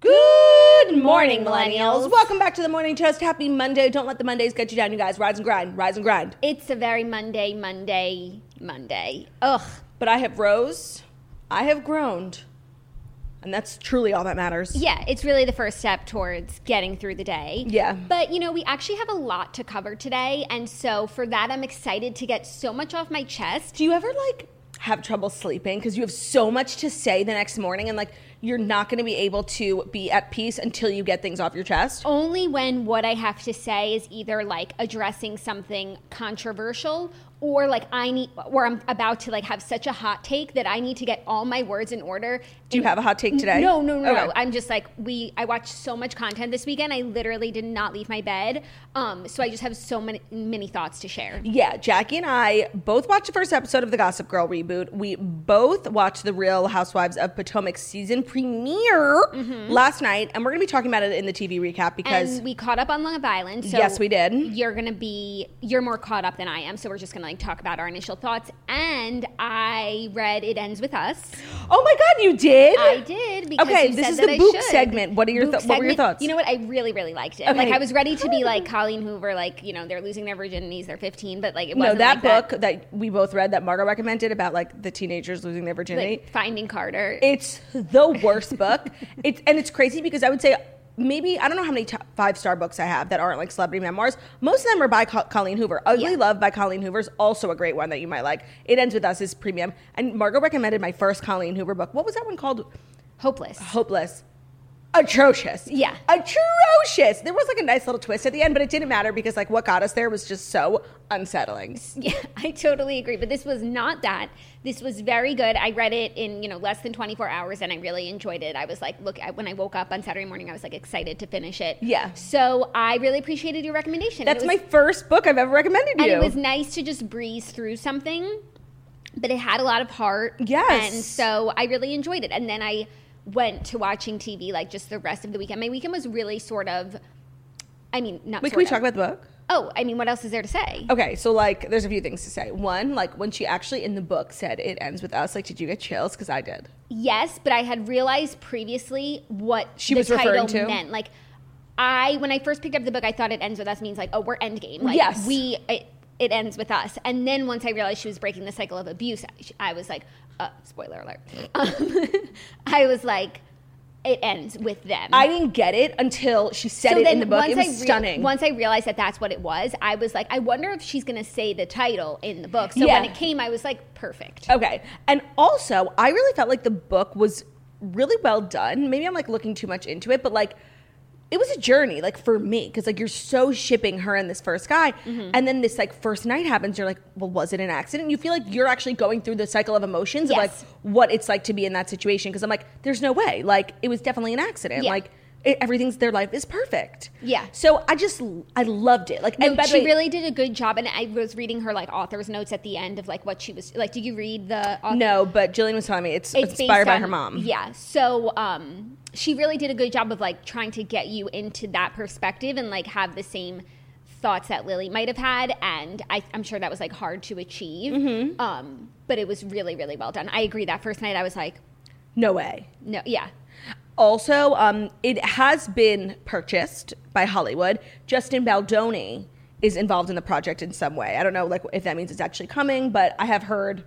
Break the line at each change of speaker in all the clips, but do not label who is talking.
Good morning, millennials. Welcome back to the Morning Toast. Happy Monday. Don't let the Mondays get you down, you guys. Rise and grind, rise and grind.
It's a very Monday, Monday, Monday. Ugh.
But I have rose, I have groaned, and that's truly all that matters.
Yeah, it's really the first step towards getting through the day.
Yeah.
But, you know, we actually have a lot to cover today. And so for that, I'm excited to get so much off my chest.
Do you ever like have trouble sleeping because you have so much to say the next morning and like you're not going to be able to be at peace until you get things off your chest?
Only when what I have to say is either like addressing something controversial or like I need, or I'm about to like have such a hot take that I need to get all my words in order.
Do you have a hot take today?
No, no, no,
Okay.
no. I'm just like we. I watched so much content this weekend. I literally did not leave my bed. Um, so I just have so many many thoughts to share.
Yeah, Jackie and I both watched the first episode of the Gossip Girl reboot. We both watched the Real Housewives of Potomac season premiere last night, and we're going to be talking about it in the TV recap because
Mm-hmm. And we caught up on Long Island. So
Yes, we did.
You're gonna be you're more caught up than I am, so we're just gonna like talk about our initial thoughts. And I read It Ends with Us.
oh my god, you did!
I did because
okay,
you
this
said
is
that
the
I
book
should.
segment. What are your
Book
th- what were your
segment.
thoughts?
You know what? I really really liked it. Like
Okay.
I was ready to be like Colleen Hoover, like you know they're losing their virginities, they're 15, but like it
no,
wasn't
that
like
book that. we both read that Margot recommended about like the teenagers losing their virginity.
like Finding Carter.
It's the worst book. It's and it's crazy because I would say maybe I don't know how many t- five star books I have that aren't like celebrity memoirs. Most of them are by Co- Colleen Hoover. Ugly
Yeah.
Love by Colleen Hoover is also a great one that you might like. It ends with us is premium. And Margot recommended my first Colleen Hoover book. What was that one called?
Hopeless.
Hopeless. Atrocious.
Yeah.
Atrocious. There was like a nice little twist at the end, but it didn't matter because like what got us there was just so unsettling.
Yeah, I totally agree. But this was not that. This was very good. I read it in you know less than 24 hours, and I really enjoyed it. I was like, look, I, when I woke up on Saturday morning, I was like excited to finish it.
Yeah.
So I really appreciated your recommendation. And
That's
it
my
was-
first book I've ever recommended you.
And it was nice to just breeze through something, but it had a lot of heart.
Yes.
And so I really enjoyed it. And then I went to watching TV like just the rest of the weekend. My weekend was really sort of. I mean, not.
Wait, can
sort
we
of.
talk about the book?
Oh, I mean, what else is there to say?
Okay, so like, there's a few things to say. One, like when she actually in the book said it ends with us, like, did you get chills? Because I did.
Yes, but I had realized previously what
She
the
was
title
referring to?
meant. Like, I when I first picked up the book, I thought it ends with us means like, oh, we're endgame. Like,
Yes.
we it, it ends with us. And then once I realized she was breaking the cycle of abuse, I, I was like, uh, spoiler alert. Um, I was like, it ends with them.
I didn't get it until she said it in the book. It was
I rea-
stunning.
Once I realized that that's what it was, I was like, I wonder if she's going to say the title in the book. So
Yeah.
when it came, I was like, perfect.
okay, and also, I really felt like the book was really well done. Maybe I'm like looking too much into it, but like, it was a journey, like for me, because like you're so shipping her and this first guy,
Mm-hmm.
and then this like first night happens. You're like, well, was it an accident? You feel like you're actually going through the cycle of emotions of
Yes.
like what it's like to be in that situation. Because I'm like, there's no way. Like it was definitely an accident.
Yeah.
Like. It, everything's their life is perfect.
Yeah.
So I just I loved it. Like and
and
by
she
the way,
really did a good job. And I was reading her like author's notes at the end of like what she was like. Did you read the? Author?
no, but Jillian was telling me it's, inspired
based
by
on-
her mom.
Yeah, so um, she really did a good job of like trying to get you into that perspective and like have the same thoughts that Lily might have had, and I, I'm sure that was like hard to achieve.
Mm-hmm.
Um, but it was really, really well done. I agree. That first night, I was like,
No way.
no, yeah,
Also, um, it has been purchased by Hollywood. Justin Baldoni is involved in the project in some way. I don't know, like if that means it's actually coming, but I have heard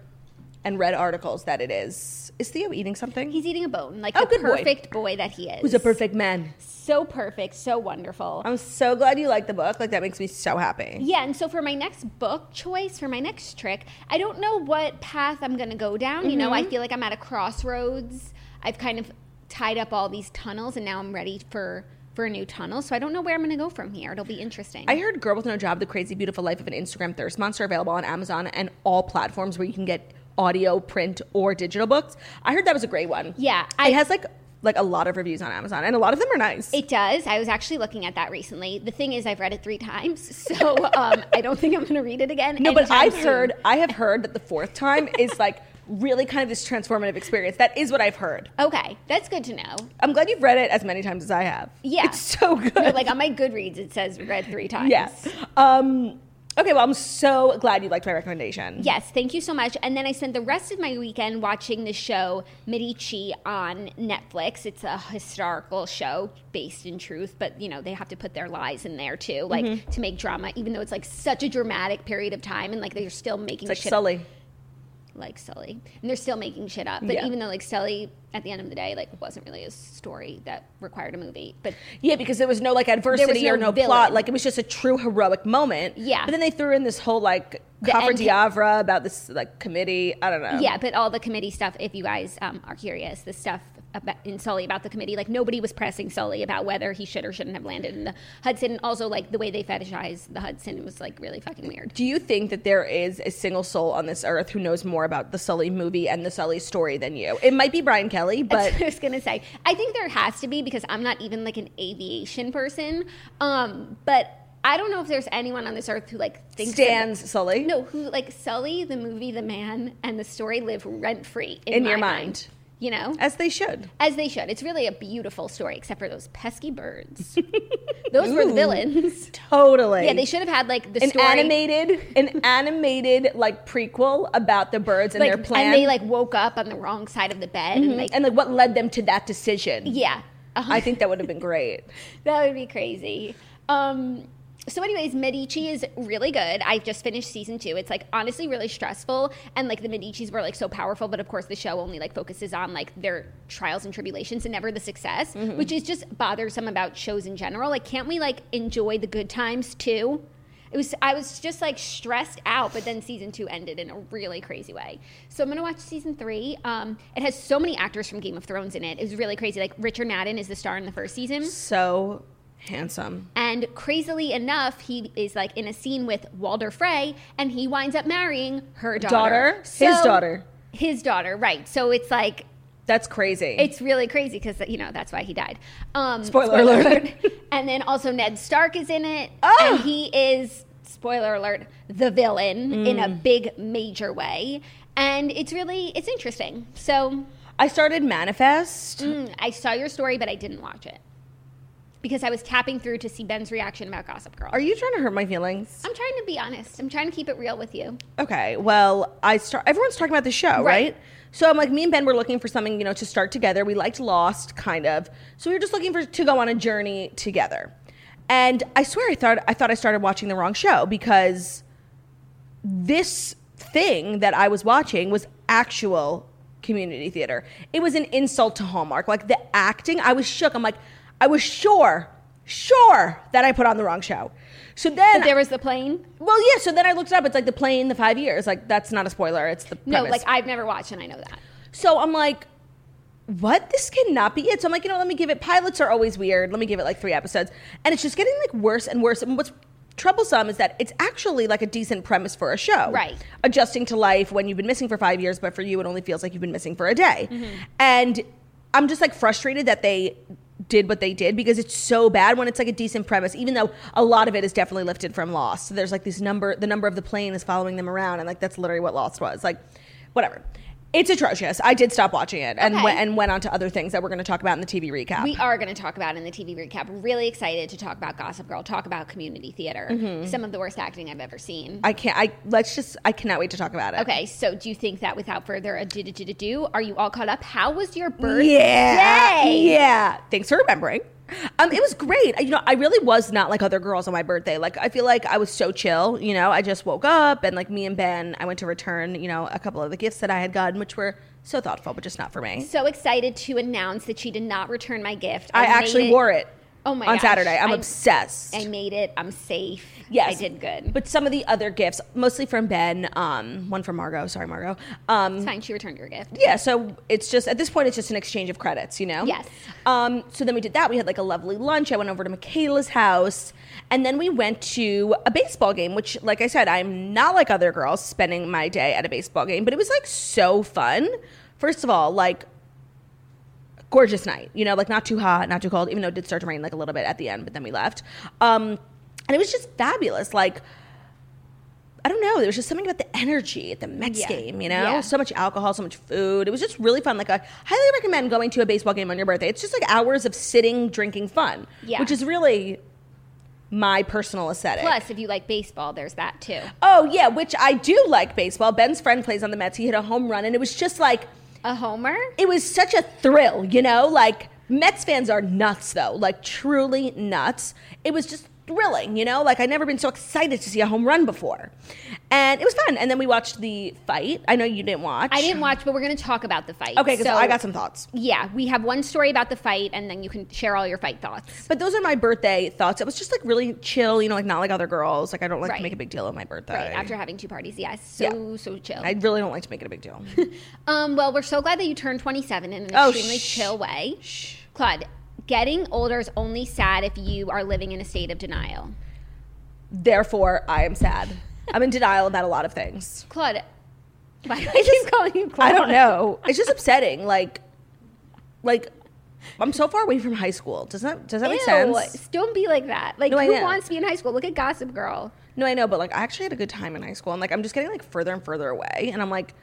and read articles that it is. Is Theo eating something?
He's eating a bone, like
Oh,
the
good boy.
perfect boy. that he is.
Who's a perfect man?
so perfect, so wonderful.
I'm so glad you like the book. Like that makes me so happy.
Yeah, and so for my next book choice, for my next trick, I don't know what path I'm going to go down. You know, I
Mm-hmm.
feel like I'm at a crossroads. I've kind of tied up all these tunnels, and now I'm ready for for a new tunnel. So I don't know where I'm going to go from here. It'll be interesting.
I heard Girl with No Job, The Crazy Beautiful Life of an Instagram Thirst Monster available on Amazon and all platforms where you can get audio, print, or digital books. I heard that was a great one.
yeah,
It has like like a lot of reviews on Amazon and a lot of them are nice.
It does. I was actually looking at that recently. The thing is, I've read it three times, so um, I don't think I'm going to read it again.
no, but
anytime
I've
soon.
heard I have heard that the fourth time is like really kind of this transformative experience. That is what I've heard.
Okay, that's good to know.
I'm glad you've read it as many times as I have.
Yeah.
It's so good.
But, like on my Goodreads, it says read three times.
Yes. Um, okay, well, I'm so glad you liked my recommendation.
Yes, thank you so much. And then I spent the rest of my weekend watching the show Medici on Netflix. It's a historical show based in truth, but you know, they have to put their lies in there too, like
Mm-hmm.
to make drama, even though it's like such a dramatic period of time and like they're still making
It's like
shit up.
Sully.
like Sully. And they're still making shit up. But
Yeah.
even though like Sully at the end of the day like wasn't really a story that required a movie. But
Yeah, because there was no like adversity
no
or no plot.
villain.
Like it was just a true heroic moment.
Yeah.
But then they threw in this whole like
The
Coffer
end-
Diavra about this like committee. I don't know.
yeah, but all the committee stuff, if you guys um, are curious, the stuff about, in Sully about the committee, like nobody was pressing Sully about whether he should or shouldn't have landed in the Hudson. And also, like the way they fetishize the Hudson was like really fucking weird.
Do you think that there is a single soul on this earth who knows more about the Sully movie and the Sully story than you? It might be Brian Kelly, but
I was gonna say, I think there has to be because I'm not even like an aviation person. Um, but I don't know if there's anyone on this earth who like thinks that-
stands Sully
No, who like Sully, the movie, the man, and the story live rent free in,
in
my
your mind.
You know, as,
As they should.
they should. It's really a beautiful story, except for those pesky birds. those were the villains.
Totally.
Yeah, they should have had like the
an
story
animated an animated like prequel about the birds and
like,
their plan Mm-hmm.
and they like woke up on the wrong side of the bed, and like,
and like what led them to that decision
yeah, Uh-huh.
i think that would have been great
that would be crazy. Um, so, anyways, Medici is really good. I just finished season two. It's like honestly really stressful, and like the Medicis were like so powerful, but of course the show only like focuses on like their trials and tribulations and never the success, which is just bothersome about shows in general. Like, can't we like enjoy the good times too? It was I was just like stressed out, but then season two ended in a really crazy way. So I'm gonna watch season three. Um, it has so many actors from Game of Thrones in it. It was really crazy. Like Richard Madden is the star in the first season.
so handsome
And crazily enough, he is like in a scene with Walder Frey, and he winds up marrying her daughter.
Daughter? His daughter.
His daughter, right. So it's like,
that's crazy
it's really crazy because, you know, that's why he died. Um,
Spoiler alert. Oh!
and then also Ned Stark is in it. And he is, spoiler alert, the villain in a
Mm.
big, major way. And it's really, it's interesting. So
i started manifest
mm, I saw your story, but I didn't watch it because I was tapping through to see Ben's reaction about Gossip Girl.
are you trying to hurt my feelings
I'm trying to be honest. I'm trying to keep it real with you.
okay well i start everyone's talking about the show right,
Right.
so i'm like me and ben were looking for something you know to start together we liked lost kind of so we were just looking for to go on a journey together and i swear i thought i thought i started watching the wrong show because this thing that I was watching was actual community theater. It was an insult to Hallmark. Like the acting, I was shook. I'm like, I was sure, sure that I put on the wrong show. So then,
But there was the plane.
well, yeah. So then I looked it up. It's like the plane, the five years. Like that's not a spoiler. It's the
No,
premise.
like I've never watched, and I know that.
So I'm like, what? This cannot be it. So I'm like, you know, let me give it. Pilots are always weird. Let me give it like three episodes. And it's just getting like worse and worse. And what's troublesome is that it's actually like a decent premise for a show.
Right.
Adjusting to life when you've been missing for five years, but for you, it only feels like you've been missing for a day.
Mm-hmm.
And I'm just like frustrated that they did what they did because it's so bad when it's like a decent premise even though a lot of it is definitely lifted from lost so there's like this number the number of the plane is following them around and like that's literally what lost was like whatever it's atrocious i did stop watching it and
Okay.
went and went on to other things that we're going to talk about in the tv recap
We are going to talk about in the TV recap. Really excited to talk about Gossip Girl. Talk about community theater.
Mm-hmm.
Some of the worst acting I've ever seen.
i can't i let's just i cannot wait to talk about it
okay, so do you think that without further ado, do, do, do, do, are you all caught up? How was your birthday?
yeah yeah thanks for remembering Um, it was great. You know, I really was not like other girls on my birthday. Like, I feel like I was so chill. You know, I just woke up and like me and Ben, I went to return. You know, a couple of the gifts that I had gotten, which were so thoughtful, but just not for me.
So excited to announce that she did not return my gift.
I,
made
actually wore it.
Oh my
On
gosh.
Saturday, I'm,
I-
obsessed.
I made it. I'm safe.
Yes.
I did good.
But some of the other gifts, mostly from Ben, um, one from Margot. Sorry, Margot. Um,
it's fine. She returned your gift.
yeah, so it's just at this point, it's just an exchange of credits, you know.
Yes.
Um, so then we did that. We had like a lovely lunch. I went over to Michaela's house, and then we went to a baseball game. Which, like I said, I'm not like other girls spending my day at a baseball game, but it was like so fun. First of all, like gorgeous night. You know, like not too hot, not too cold, even though it did start to rain like a little bit at the end, but then we left. Um, and it was just fabulous. Like, I don't know, there was just something about the energy at the Mets
Yeah.
game, you know?
Yeah.
So much alcohol, so much food. It was just really fun. Like, I highly recommend going to a baseball game on your birthday. It's just like hours of sitting, drinking fun,
Yeah.
which is really my personal aesthetic.
Plus, if you like baseball, there's that too.
Oh, yeah, which I do like baseball. Ben's friend plays on the Mets. He hit a home run, and it was just like,
A homer?
it was such a thrill, you know? Like, Mets fans are nuts, though. Like, truly nuts. It was just thrilling, you know? Like, I'd never been so excited to see a home run before. And it was fun. And then we watched the fight. I know you didn't watch.
I didn't watch, but we're going to talk about the fight.
Okay, because
So-
I got some thoughts.
Yeah, we have one story about the fight, and then you can share all your fight thoughts.
But those are my birthday thoughts. It was just like really chill, you know, like not like other girls. Like I don't like
Right.
to make a big deal of my birthday.
Right after having two parties, yes, so so chill.
I really don't like to make it a big deal.
um, well, we're so glad that you turned 27 in an
Oh,
extremely
shh.
chill way. Claude, getting older is only sad if you are living in a state of denial.
Therefore, I am sad. I'm in denial about a lot of things.
Claude, why do I keep calling you Claude?
I don't know. It's just upsetting. Like, like I'm so far away from high school. Does that does that make sense?
Don't be like that. Like,
No, I
who
know.
wants to be in high school? Look at Gossip Girl.
No, I know, but like I actually had a good time in high school, and like I'm just getting like further and further away, and I'm like,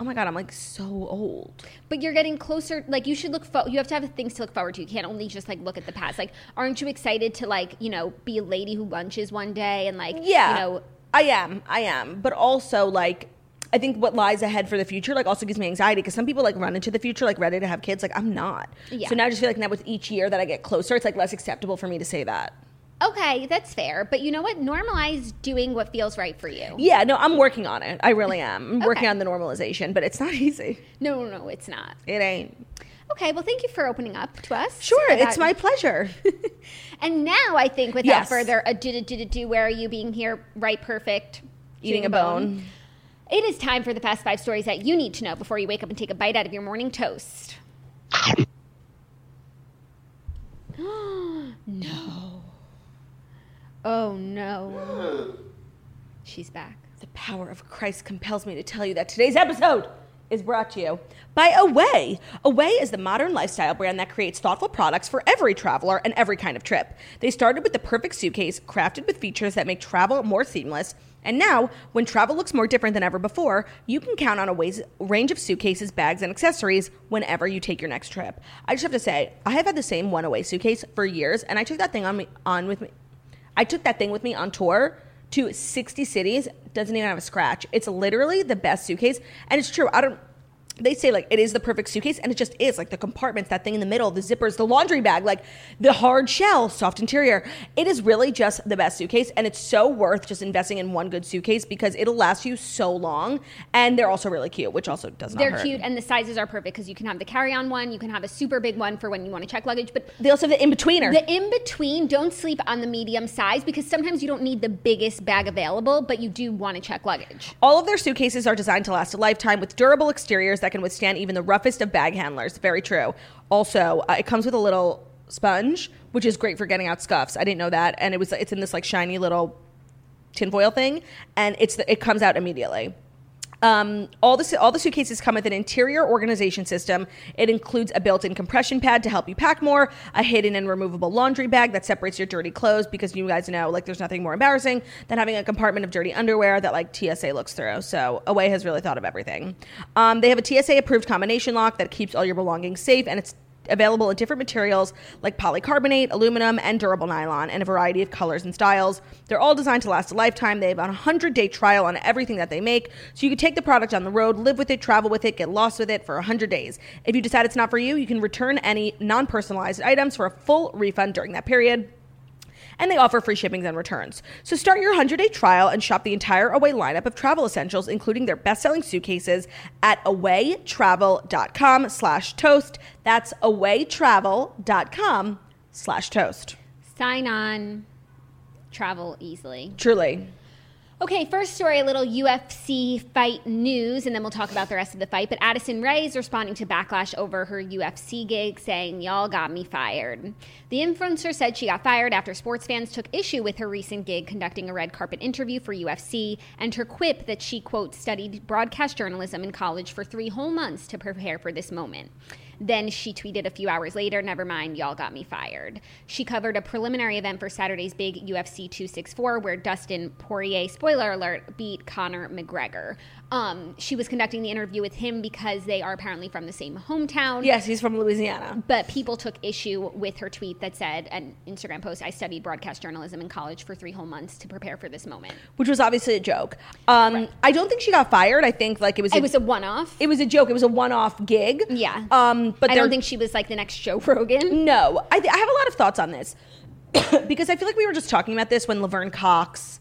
oh my god, I'm like so old.
But you're getting closer. Like, you should look. Fo- you have to have things to look forward to. You can't only just like look at the past. Like, aren't you excited to like you know be a lady who lunches one day and like
Yeah.
you know
I am. I am. But also, like, I think what lies ahead for the future, like, also gives me anxiety because some people, like, run into the future, like, ready to have kids. Like, I'm not.
Yeah.
So now I just feel like now with each year that I get closer, it's, like, less acceptable for me to say that.
Okay, that's fair. But you know what? Normalize doing what feels right for you.
Yeah, no, I'm working on it. I really am. I'm working
Okay.
on the normalization, but it's not easy.
No, no, no, it's not.
It ain't.
Okay, well, thank you for opening up to us.
Sure, it's
about-
my pleasure.
And now I think without
Yes.
further ado, do, do, do, do, where are you being here? Right, perfect.
Eating
doing
a bone.
It is time for the fast five stories that you need to know before you wake up and take a bite out of your morning toast. no. Oh, no. She's back.
The power of Christ compels me to tell you that today's episode is brought to you by Away. Away is the modern lifestyle brand that creates thoughtful products for every traveler and every kind of trip. They started with the perfect suitcase, crafted with features that make travel more seamless. And now, when travel looks more different than ever before, you can count on Away's range of suitcases, bags, and accessories whenever you take your next trip. I just have to say, I have had the same one Away suitcase for years, and I took that thing on me on with me. I took that thing with me on tour to 60 cities. Doesn't even have a scratch. It's literally the best suitcase, and it's true. I don't. They say like it is the perfect suitcase, and it just is like the compartments, that thing in the middle, the zippers, the laundry bag, like the hard shell, soft interior. It is really just the best suitcase, and it's so worth just investing in one good suitcase because it'll last you so long. And they're also really cute, which also does not.
They're
hurt.
cute and the sizes are perfect because you can have the carry-on one, you can have a super big one for when you want to check luggage, but
They also have the in betweener.
the in between, don't sleep on the medium size because sometimes you don't need the biggest bag available, but you do want to check luggage.
All of their suitcases are designed to last a lifetime with durable exteriors that can withstand even the roughest of bag handlers. Very true. Also, uh, it comes with a little sponge, which is great for getting out scuffs. I didn't know that, and it was it's in this like shiny little tinfoil thing, and it's the, it comes out immediately. Um, all the su- all the suitcases come with an interior organization system. It includes a built-in compression pad to help you pack more, a hidden and removable laundry bag that separates your dirty clothes because you guys know like there's nothing more embarrassing than having a compartment of dirty underwear that like TSA looks through. So Away has really thought of everything. Um, they have a TSA approved combination lock that keeps all your belongings safe and it's available in different materials like polycarbonate, aluminum, and durable nylon, and a variety of colors and styles. They're all designed to last a lifetime. They have a 100 day trial on everything that they make, so you can take the product on the road, live with it, travel with it, get lost with it for 100 days. If you decide it's not for you, you can return any non personalized items for a full refund during that period and they offer free shippings and returns. So start your 100-day trial and shop the entire Away lineup of travel essentials, including their best-selling suitcases, at awaytravel.com slash toast. That's awaytravel.com slash toast.
Sign on, travel easily.
Truly.
Okay, first story a little UFC fight news, and then we'll talk about the rest of the fight. But Addison Ray is responding to backlash over her UFC gig, saying, Y'all got me fired. The influencer said she got fired after sports fans took issue with her recent gig conducting a red carpet interview for UFC and her quip that she, quote, studied broadcast journalism in college for three whole months to prepare for this moment. Then she tweeted a few hours later, never mind, y'all got me fired. She covered a preliminary event for Saturday's big UFC 264 where Dustin Poirier, spoiler alert, beat Conor McGregor. Um, she was conducting the interview with him because they are apparently from the same hometown.
Yes, he's from Louisiana.
But people took issue with her tweet that said, an Instagram post, I studied broadcast journalism in college for three whole months to prepare for this moment.
Which was obviously a joke. Um, I don't think she got fired. I think like it was a,
It was a one off.
it was a joke. It was a one-off gig.
Yeah.
Um, but
I don't
they're-
think she was like the next Joe Rogan.
No, I, th- I have a lot of thoughts on this because I feel like we were just talking about this when Laverne Cox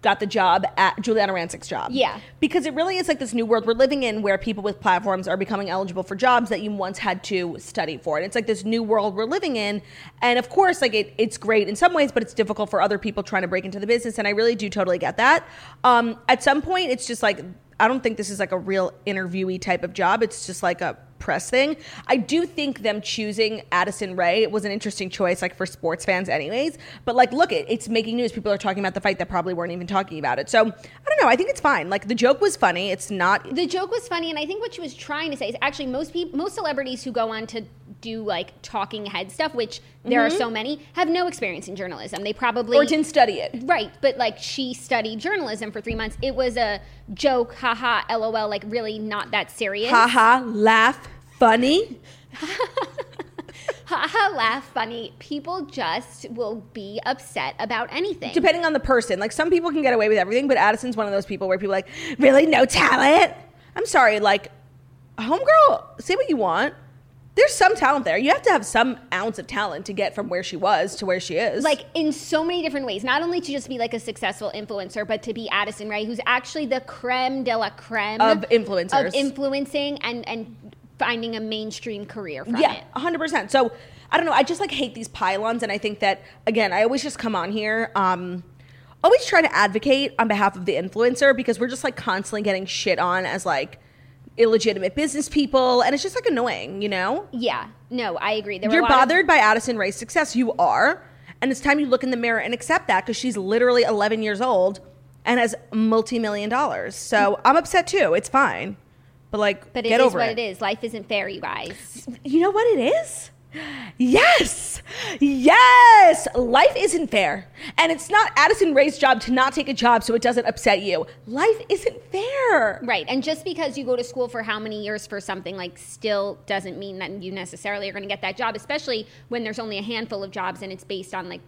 got the job at Juliana Rancic's job.
Yeah.
Because it really is like this new world we're living in where people with platforms are becoming eligible for jobs that you once had to study for. And it's like this new world we're living in. And of course, like it, it's great in some ways, but it's difficult for other people trying to break into the business. And I really do totally get that. Um, at some point, it's just like, I don't think this is like a real interviewee type of job. It's just like a press thing. I do think them choosing Addison Ray was an interesting choice, like for sports fans, anyways. But like, look, it, it's making news. People are talking about the fight that probably weren't even talking about it. So I don't know. I think it's fine. Like the joke was funny. It's not.
the joke was funny and i think what she was trying to say is actually most people most celebrities who go on to do like talking head stuff which there are so many have no experience in journalism they probably
Mm-hmm. Or didn't study it.
right but like she studied journalism for three months it was a joke haha lol like really not that serious
Haha, laugh, funny.
haha laugh funny people just will be upset about anything
Depending on the person, like some people can get away with everything, but Addison's one of those people where people are like really no talent. I'm sorry, like homegirl, say what you want. There's some talent there. You have to have some ounce of talent to get from where she was to where she is.
like in so many different ways. Not only to just be like a successful influencer, but to be Addison Ray, who's actually the creme de la creme
Of influencers.
of influencing and and finding a mainstream career from
yeah,
it.
100%. So I don't know. I just like hate these pylons. And I think that, again, I always just come on here. Um, always try to advocate on behalf of the influencer because we're just like constantly getting shit on as like illegitimate business people. And it's just like annoying, you know?
Yeah, no, I agree. There were a
You're
lot of-
bothered by Addison Ray's success. You are. And it's time you look in the mirror and accept that because she's literally 11 years old and has multi million dollars. So I'm upset too. It's fine. But like,
Mm. but it is
get over
what
it.
it is. Life isn't fair, you guys.
You know what it is? Yes, yes. Life isn't fair, and it's not Addison Ray's job to not take a job so it doesn't upset you. Life isn't fair.
Right. And just because you go to school for how many years for something like still doesn't mean that you necessarily are going to get that job, especially when there's only a handful of jobs and it's based on like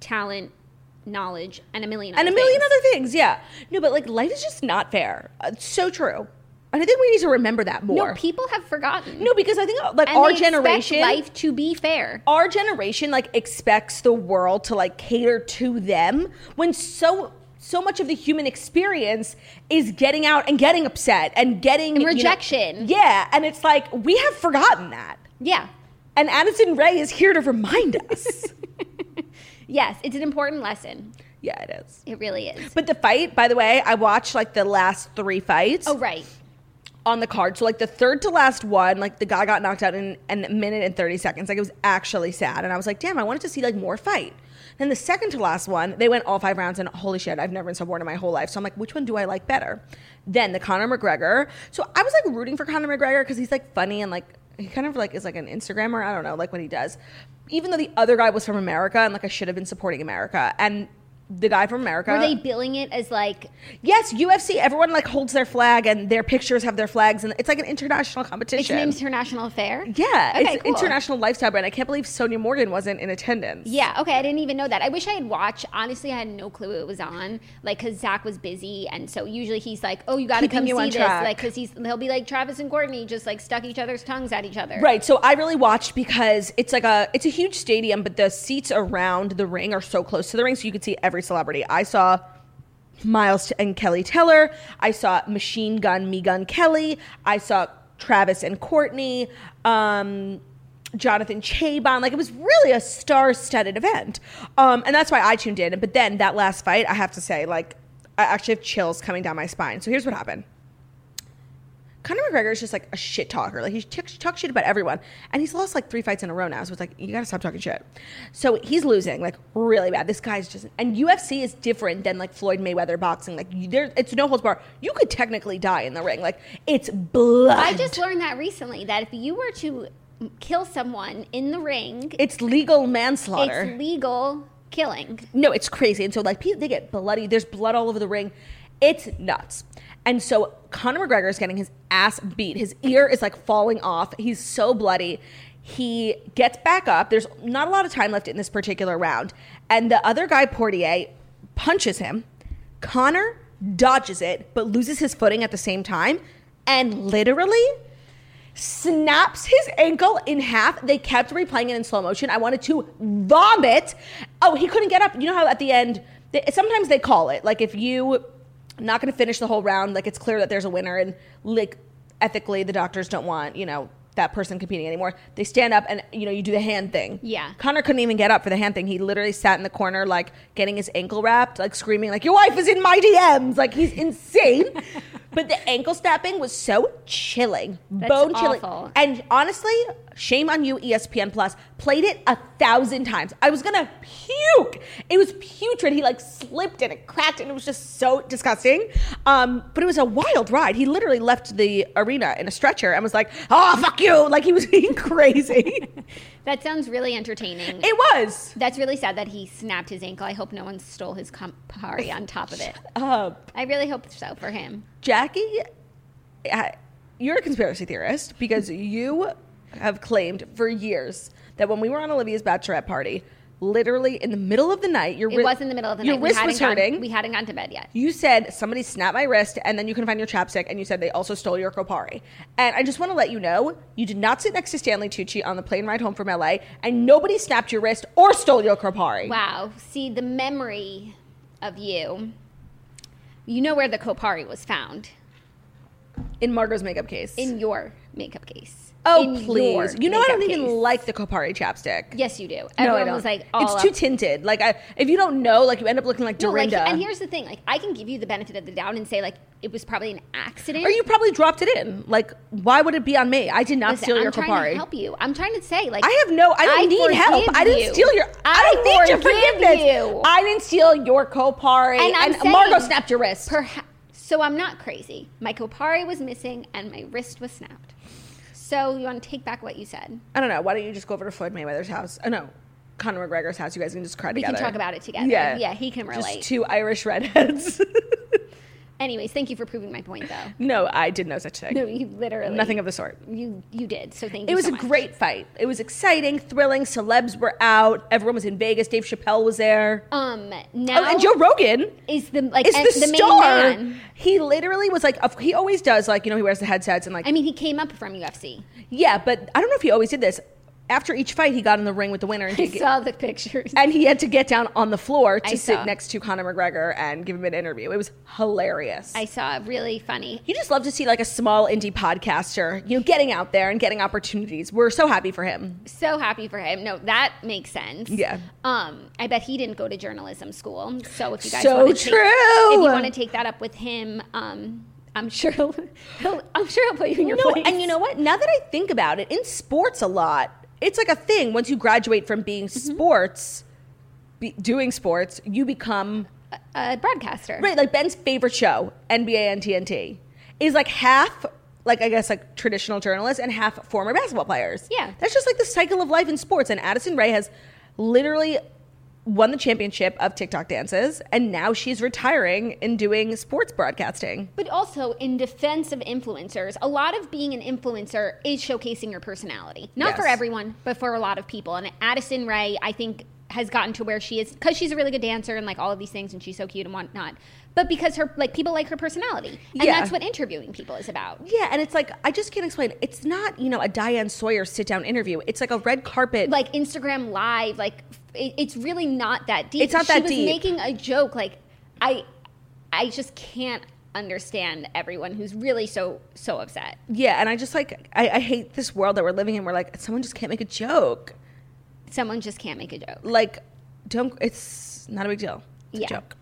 talent, knowledge, and a million
And a
other
million
things.
other things. Yeah. No, but like life is just not fair. Uh, It's so true, and I think we need to remember that more.
No, people have forgotten.
No, because I think uh, like
And
our
they expect
generation,
life to be fair.
our generation like expects the world to like cater to them when so so much of the human experience is getting out and getting upset and getting you know-
rejection.
yeah, and it's like we have forgotten that.
Yeah.
And Addison Ray is here to remind us.
Yes, it's an important lesson.
yeah, it is.
It really is.
But the fight, by the way, I watched like the last three fights
oh right.
on the card. So like the third to last one, like the guy got knocked out in, in a minute and thirty seconds. Like it was actually sad. And I was like, damn, I wanted to see like more fight. Then the second to last one, they went all five rounds, and holy shit, I've never been so bored in my whole life. So I'm like, which one do I like better? Then the Conor McGregor. So I was like rooting for Conor McGregor because he's like funny and like he kind of like is like an Instagrammer. I don't know, like what he does. Even though the other guy was from America and like I should have been supporting America. And the guy from America.
Were they billing it as like
yes, UFC. Everyone like holds their flag and their pictures have their flags, and it's like an international
it's
competition.
an international affair?
yeah,
Okay,
it's
cool.
international lifestyle brand. I can't believe Sonia Morgan wasn't in attendance.
Yeah, okay, I didn't even know that. I wish I had watched. Honestly, I had no clue it was on. Like, cause Zach was busy, and so usually he's like, "Oh, you got to
Keeping
come see
you on
this,"
track.
like, cause he's he'll be like Travis and Courtney just like stuck each other's tongues at each other.
Right. So I really watched because it's like a it's a huge stadium, but the seats around the ring are so close to the ring, so you could see every celebrity. I saw Miles and Kelly Teller. I saw Machine Gun Me Gun Kelly. I saw Travis and Courtney. Um, Jonathan Chabon. Like it was really a star-studded event, um, and that's why I tuned in. But then that last fight, I have to say, like I actually have chills coming down my spine. So here's what happened. Conor McGregor is just like a shit talker. Like he talks talk shit about everyone, and he's lost like three fights in a row now. So it's like you gotta stop talking shit. So he's losing like really bad. This guy's just and UFC is different than like Floyd Mayweather boxing. Like you- there, it's no holds bar. You could technically die in the ring. Like it's blood.
I just learned that recently that if you were to kill someone in the ring,
it's legal manslaughter.
it's legal killing.
no, it's crazy. And so like people they get bloody. There's blood all over the ring. It's nuts. And so Conor McGregor is getting his ass beat. His ear is like falling off. He's so bloody. He gets back up. There's not a lot of time left in this particular round. And the other guy, Portier, punches him. Connor dodges it, but loses his footing at the same time and literally snaps his ankle in half. They kept replaying it in slow motion. I wanted to vomit. Oh, he couldn't get up. You know how at the end, they, sometimes they call it like if you not going to finish the whole round, like it's clear that there's a winner, and like ethically, the doctors don't want you know that person competing anymore. They stand up and you know you do the hand thing.
Yeah.
Connor couldn't even get up for the hand thing. He literally sat in the corner, like getting his ankle wrapped, like screaming, like "Your wife is in my DMs!" Like he's insane. but the ankle snapping was so chilling, bone chilling,
awful.
and honestly, shame on you, E ESPN Plus. Played it a thousand times. I was gonna puke. It was putrid. He like slipped and it cracked, and it was just so disgusting. Um, but it was a wild ride. He literally left the arena in a stretcher and was like, "Oh fuck you!" Like he was being crazy.
That sounds really entertaining.
it was.
That's really sad that he snapped his ankle. I hope no one stole his Campari on top of it.
Uh,
I really hope so for him.
Jackie, uh, you're a conspiracy theorist because you have claimed for years that when we were on Olivia's bachelorette party, literally in the middle of the night, your
It
wri-
was in the middle of the
your
night.
wrist
hadn't
was hurting.
Gone, we hadn't gone to bed yet.
you said somebody snapped my wrist, and then you can find your chapstick, and you said they also stole your Kopari. And I just want to let you know, you did not sit next to Stanley Tucci on the plane ride home from LA, and nobody snapped your wrist or stole your Kopari.
Wow. See, the memory of you, you know where the Kopari was found
In Margot's makeup case.
in your makeup case.
oh
In your
please! You know I
makeup
don't even
case.
like the Kopari chapstick.
Yes, you do.
No, I
Everyone
don't.
was like, all
it's
up-
too tinted. Like, I, if you don't know, like, you end up looking like
No, like,
Dorinda.
and here's the thing: like, I can give you the benefit of the doubt and say, like, it was probably an accident.
or you probably dropped it in. Like, why would it be on me? I did not
Listen,
steal
I'm
your
trying
Campari.
to help you. I'm trying to say, like,
I have no. I don't need help.
forgive
I didn't
you.
steal your. I don't need your
forgive
forgiveness.
you.
I didn't steal your Copari.
and I'm saying,
Margot snapped your wrist.
Perha- so I'm not crazy. My Kopari was missing, and my wrist was snapped. So you want to take back what you said?
I don't know. Why don't you just go over to Floyd Mayweather's house? Oh, no, Conor McGregor's house. You guys can just cry
We
together.
can talk about it together.
Yeah,
yeah, he can
Just
relate.
two Irish redheads.
Anyways, thank you for proving my point, though.
no, I did no such thing.
No, you literally
Nothing of the sort.
You you did. So thank you.
It was
so
a
much.
great fight. It was exciting, thrilling. Celebs were out. Everyone was in Vegas. Dave Chappelle was there.
Um, now
Oh, and Joe Rogan
is the like
is
en-
the,
main
star.
man.
He literally was like, of- he always does, like, you know, he wears the headsets and, like,
I mean, he came up from UFC.
yeah, but I don't know if he always did this. After each fight, he got in the ring with the winner and,
I
did
saw the pictures.
and he had to get down on the floor to
I
sit
saw.
next to Conor McGregor and give him an interview. It was hilarious.
I saw it. really funny.
you just love to see like a small indie podcaster, you know, getting out there and getting opportunities. We're so happy for him.
So happy for him. No, that makes sense.
Yeah.
Um, I bet he didn't go to journalism school. So if you guys
So
wanna take-
true.
if you want to take that up with him, um, I'm sure he'll, he'll I'm sure he'll put you in your
no,
place.
and you know what? Now that I think about it, in sports a lot, it's like a thing. Once you graduate from being sports, be, doing sports, you become
a broadcaster.
right. Like Ben's favorite show, NBA and TNT, is like half. Like I guess like traditional journalists and half former basketball players.
Yeah.
that's just like the cycle of life in sports. And Addison Ray has literally won the championship of TikTok dances, and now she's retiring and doing sports broadcasting.
But also, in defense of influencers, a lot of being an influencer is showcasing your personality. Not for
Yes.
everyone, but for a lot of people. And Addison Ray, I think, has gotten to where she is because she's a really good dancer and like all of these things, and she's so cute and whatnot. But because her like people like her personality, and
Yeah.
that's what interviewing people is about.
Yeah, and it's like I just can't explain. It's not you know a Diane Sawyer sit down interview. It's like a red carpet.
Like Instagram Live, like it, it's really not that deep.
It's not
she
that
was
deep.
Making a joke, like I, I just can't understand everyone who's really so so upset.
yeah, and I just like I, I hate this world that we're living in. Where like someone just can't make a joke.
Someone just can't make a joke.
Like don't. It's not a big deal. It's
Yeah.
a joke.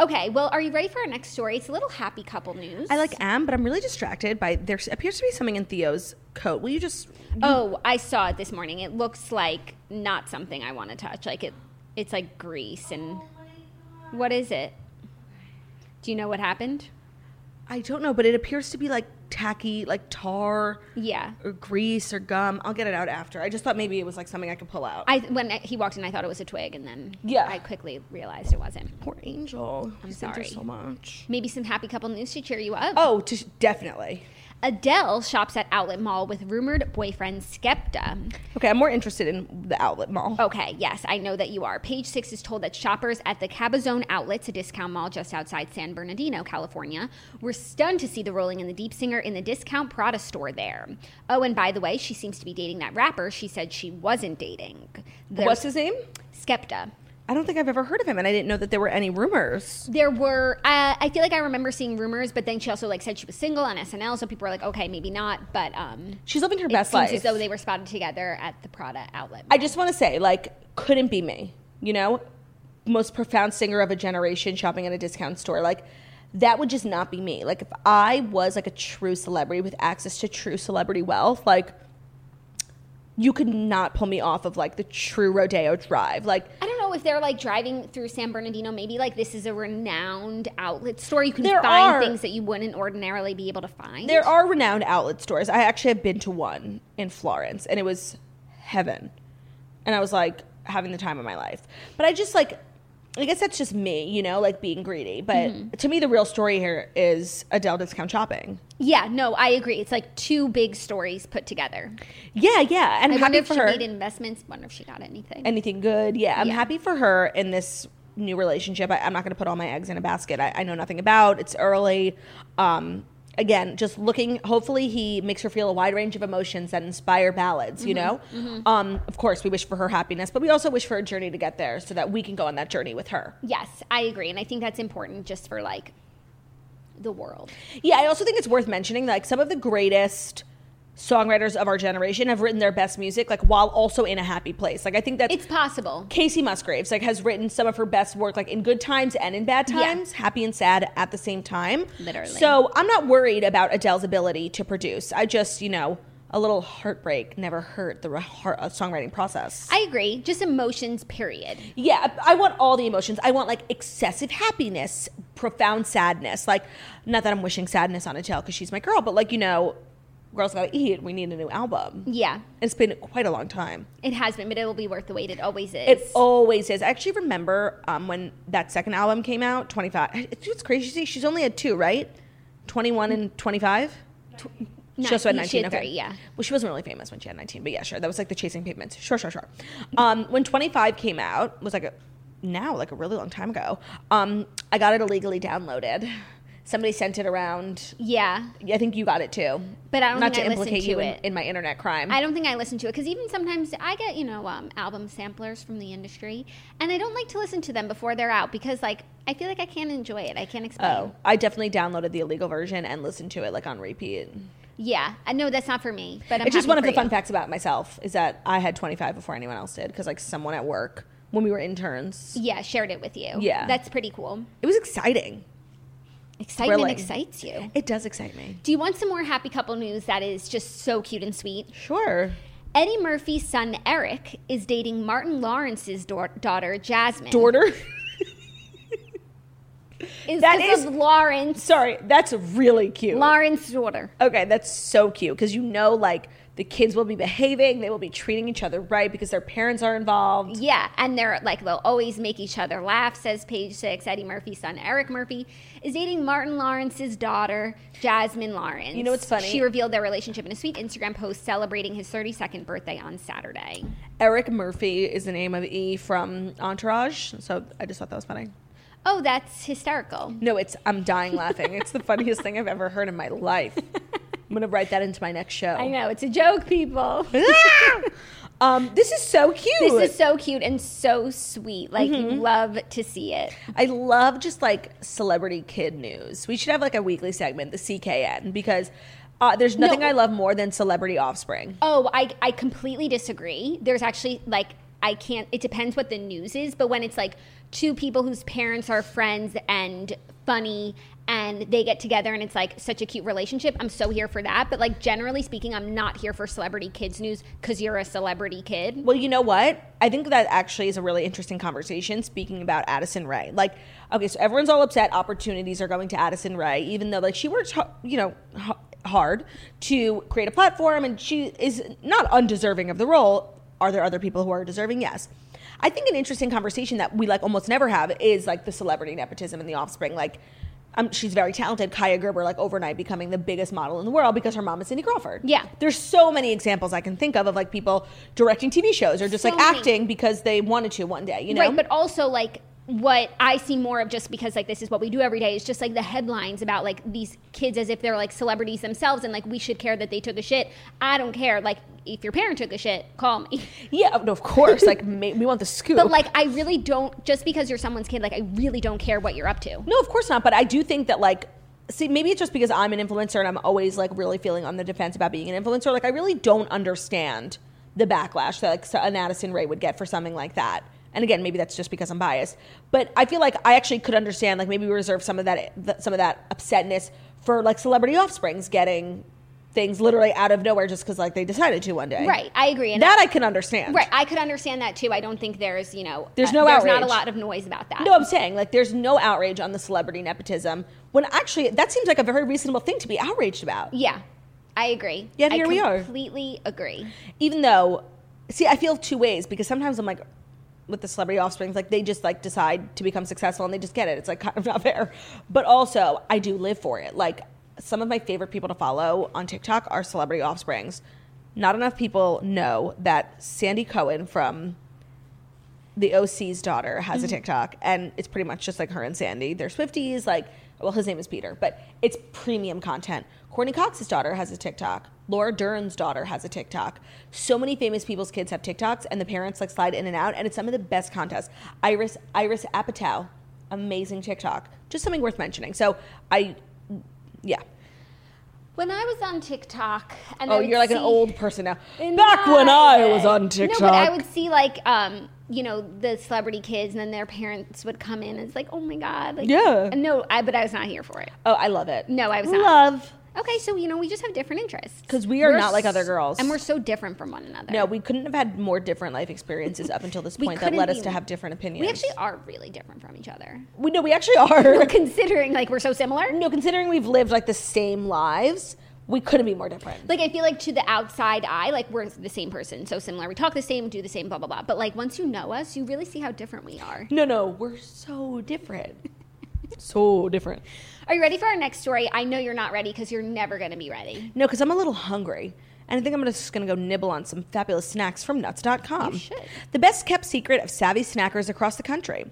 Okay, well, are you ready for our next story? It's a little happy couple news.
I like am, but I'm really distracted by there appears to be something in Theo's coat. Will you just?
Oh, I saw it this morning. It looks like not something I want to touch. Like it, it's like grease and what is it? Do you know what happened?
I don't know, but it appears to be like tacky, like tar
Yeah,
or grease or gum. I'll get it out after. I just thought maybe it was like something I could pull out.
I when I- he walked in, I thought it was a twig, and then
Yeah.
I quickly realized it wasn't.
Poor Angel. I'm
sorry.
so much.
Maybe some happy couple news to cheer you up.
Oh, to, definitely.
Adele shops at Outlet Mall with rumored boyfriend Skepta.
Okay, I'm more interested in the outlet mall.
Okay, yes, I know that you are. Page Six is told that shoppers at the Cabazon Outlets, a discount mall just outside San Bernardino, California, were stunned to see the Rolling in the Deep singer in the discount Prada store there. Oh, and by the way, she seems to be dating that rapper she said she wasn't dating. There's
What's his name?
Skepta.
I don't think I've ever heard of him, and I didn't know that there were any rumors.
There were, uh, I feel like I remember seeing rumors, but then she also like said she was single on SNL, so people were like, okay, maybe not, but um,
She's living her
it
best
seems
life.
as though they were spotted together at the Prada outlet.
I just want to say, like, couldn't be me. You know, most profound singer of a generation shopping at a discount store. Like, that would just not be me. Like, if I was like a true celebrity with access to true celebrity wealth, like, you could not pull me off of like the true Rodeo Drive. Like,
I don't know if they're like driving through San Bernardino. Maybe like this is a renowned outlet store. You can
There
find
are-
things that you wouldn't ordinarily be able to find.
There are renowned outlet stores. I actually have been to one in Florence and it was heaven. And I was like having the time of my life. But I just like I guess that's just me, you know, like being greedy. But
Mm-hmm.
to me the real story here is Adele discount shopping.
Yeah, no, I agree. It's like two big stories put together.
Yeah, yeah. And
I
I'm happy
wonder if
for
she
her.
made investments. Wonder if she got anything.
Anything good. Yeah. I'm
Yeah.
happy for her in this new relationship. I, I'm not gonna put all my eggs in a basket. I, I know nothing about. It's early. Um Again, just looking. Hopefully, he makes her feel a wide range of emotions that inspire ballads. You know, um, of course, we wish for her happiness, but we also wish for a journey to get there, so that we can go on that journey with her.
yes, I agree, and I think that's important just for like the world.
Yeah, I also think it's worth mentioning like some of the greatest songwriters of our generation have written their best music, like while also in a happy place. Like I think that's
It's possible.
Casey Musgraves like has written some of her best work like in good times and in bad
Yeah.
times, happy and sad at the same time.
Literally.
So I'm not worried about Adele's ability to produce. I just you know a little heartbreak never hurt the re- heart, uh, songwriting process.
I agree. Just emotions. Period.
yeah, I I want all the emotions. I want like excessive happiness, profound sadness. Like not that I'm wishing sadness on Adele because she's my girl, but like you know, girls gotta eat. We need a new album.
Yeah,
It's been quite a long time.
it has been, but it will be worth the wait. It always is.
It always is. I actually remember um, when that second album came out, 25. It's, it's crazy to see. She's only had two, right? 21 and 25?
Nine-
She also had
she
19.
had
okay.
three, yeah.
Well, she wasn't really famous when she had 19, but yeah, sure. That was like the Chasing Pavements. Sure, sure, sure. Um, when 25 came out, was like a, now, like a really long time ago, um, I got it illegally downloaded. Somebody sent it around.
yeah,
I think you got it too.
But I don't
Not
think
to
I listened
implicate
to
you
it.
In, in my internet crime.
I don't think I listen to it because even sometimes I get you know um, album samplers from the industry, and I don't like to listen to them before they're out because like I feel like I can't enjoy it. I can't explain.
Oh, I definitely downloaded the illegal version and listened to it like on repeat.
Yeah, I know that's not for me. But I'm
it's just
happy
one of
for
the
you.
fun facts about myself is that I had 25 before anyone else did because like someone at work when we were interns,
Yeah, shared it with you.
Yeah.
that's pretty cool.
it was exciting.
Excitement
Thrilling.
excites you.
It does excite me.
Do you want some more happy couple news that is just so cute and sweet?
Sure.
Eddie Murphy's son Eric is dating Martin Lawrence's dau- daughter Jasmine.
Daughter.
is
That
because
is-
of Lawrence,
Sorry, that's really cute.
Lawrence's daughter.
Okay, that's so cute because you know, like the kids will be behaving, they will be treating each other right because their parents are involved.
Yeah, and they're like they'll always make each other laugh. Says page six. Eddie Murphy's son Eric Murphy is dating Martin Lawrence's daughter Jasmine Lawrence.
You know what's funny?
She revealed their relationship in a sweet Instagram post celebrating his 32nd birthday on Saturday.
Eric Murphy is the name of E from Entourage, so I just thought that was funny.
Oh, that's hysterical.
No, it's I'm dying laughing. It's the funniest thing I've ever heard in my life. I'm gonna write that into my next show.
I know it's a joke, people.
Um, this is so cute.
this is so cute and so sweet. Like you love to see it.
I love just like celebrity kid news. We should have like a weekly segment, the CKN, because uh, there's nothing I love more than celebrity offspring.
Oh, I, I completely disagree. There's actually like I can't it depends what the news is, but when it's like two people whose parents are friends and funny and they get together and it's like such a cute relationship, I'm so here for that. But like generally speaking, I'm not here for celebrity kids news cuz you're a celebrity kid.
Well, you know what? I think that actually is a really interesting conversation speaking about Addison Ray. Like, okay, so everyone's all upset opportunities are going to Addison Ray, even though like she worked, ha- you know, ha- hard to create a platform and she is not undeserving of the role. Are there other people who are deserving? Yes. I think an interesting conversation that we like almost never have is like the celebrity nepotism and the offspring. Like, um, she's very talented. Kaya Gerber, like overnight becoming the biggest model in the world because her mom is Cindy Crawford.
Yeah.
There's so many examples I can think of of like people directing TV shows or just
So
like
many.
acting because they wanted to one day, you know?
Right, but also like what I see more of just because like this is what we do every day is just like the headlines about like these kids as if they're like celebrities themselves and like we should care that they took a shit. I don't care. Like if your parent took a shit, call me.
yeah, no, of course. Like ma- we want the scoop.
But like I really don't just because you're someone's kid, like I really don't care what you're up to.
no, of course not. But I do think that like, see, maybe it's just because I'm an influencer and I'm always like really feeling on the defense about being an influencer. Like I really don't understand the backlash that like so- an Addison Ray would get for something like that. And again, maybe that's just because I'm biased, but I feel like I actually could understand like maybe we reserve some of that th- some of that upsetness for like celebrity offsprings getting things literally out of nowhere just because like they decided to one day.
Right, I agree. And
that I can understand.
right, I could understand that too. I don't think there's you know uh,
There's no
there's not a
outrage.
lot of noise about that.
No, I'm saying like there's no outrage on the celebrity nepotism when actually that seems like a very reasonable thing to be outraged about.
yeah, I agree.
Yet
I
here we are.
Completely agree.
Even though, see, I feel two ways because sometimes I'm like with the celebrity offsprings, like they just like decide to become successful and they just get it. It's like kind of not fair. But also, I do live for it. Like some of my favorite people to follow on TikTok are celebrity offsprings. Not enough people know that Sandy Cohen from the OC's daughter has
Mm-hmm.
a TikTok, and it's pretty much just like her and Sandy. They're Swifties. Like, well, his name is Peter, but it's premium content. Courtney Cox's daughter has a TikTok. Laura Dern's daughter has a TikTok. So many famous people's kids have TikToks, and the parents like slide in and out, and it's some of the best contests. Iris Iris Apatow, amazing TikTok. Just something worth mentioning. So I, yeah.
When I was on TikTok, and I
Oh,
would
you're like an
see-
old person now.
In
Back
my
when I was
day.
on TikTok,
No, but I would see like um, you know, the celebrity kids and then their parents would come in and it's like, "Oh my god." Like,
Yeah.
No, I but I was not here for it.
oh, I love it.
No, I was not.
love.
Okay, so you know, we just have different interests.
'Cause we are not like other
s-
girls.
And we're so different from one another.
No, we couldn't have had more different life experiences up until this
We
point that led
couldn't
us
be-
to have different opinions.
we actually are really different from each other.
we no, we actually are.
Considering like we're so similar.
no, considering we've lived like the same lives, we couldn't be more different.
Like I feel like to the outside eye, like we're the same person, so similar. We talk the same, do the same, blah blah blah. But like once you know us, you really see how different we are.
no, no, we're so different. so different.
Are you ready for our next story? I know you're not ready because you're never going to be ready.
No, because I'm a little hungry. And I think I'm gonna- just going to go nibble on some fabulous snacks from nuts.com.
You should.
The best kept secret of savvy snackers across the country.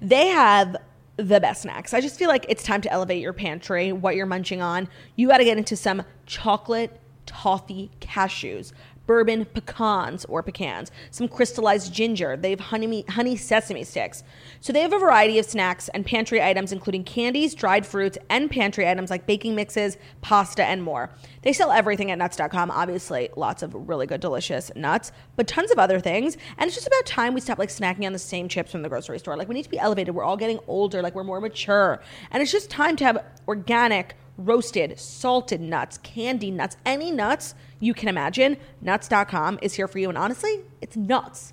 They have the best snacks. I just feel like it's time to elevate your pantry, what you're munching on. You got to get into some chocolate toffee cashews. Bourbon pecans or pecans, some crystallized ginger. They have honey, me- honey sesame sticks. So they have a variety of snacks and pantry items, including candies, dried fruits, and pantry items like baking mixes, pasta, and more. They sell everything at nuts.com. Obviously, lots of really good, delicious nuts, but tons of other things. And it's just about time we stop like snacking on the same chips from the grocery store. Like we need to be elevated. We're all getting older, like we're more mature. And it's just time to have organic, roasted, salted nuts, candy nuts, any nuts you can imagine. Nuts.com is here for you. And honestly, it's nuts.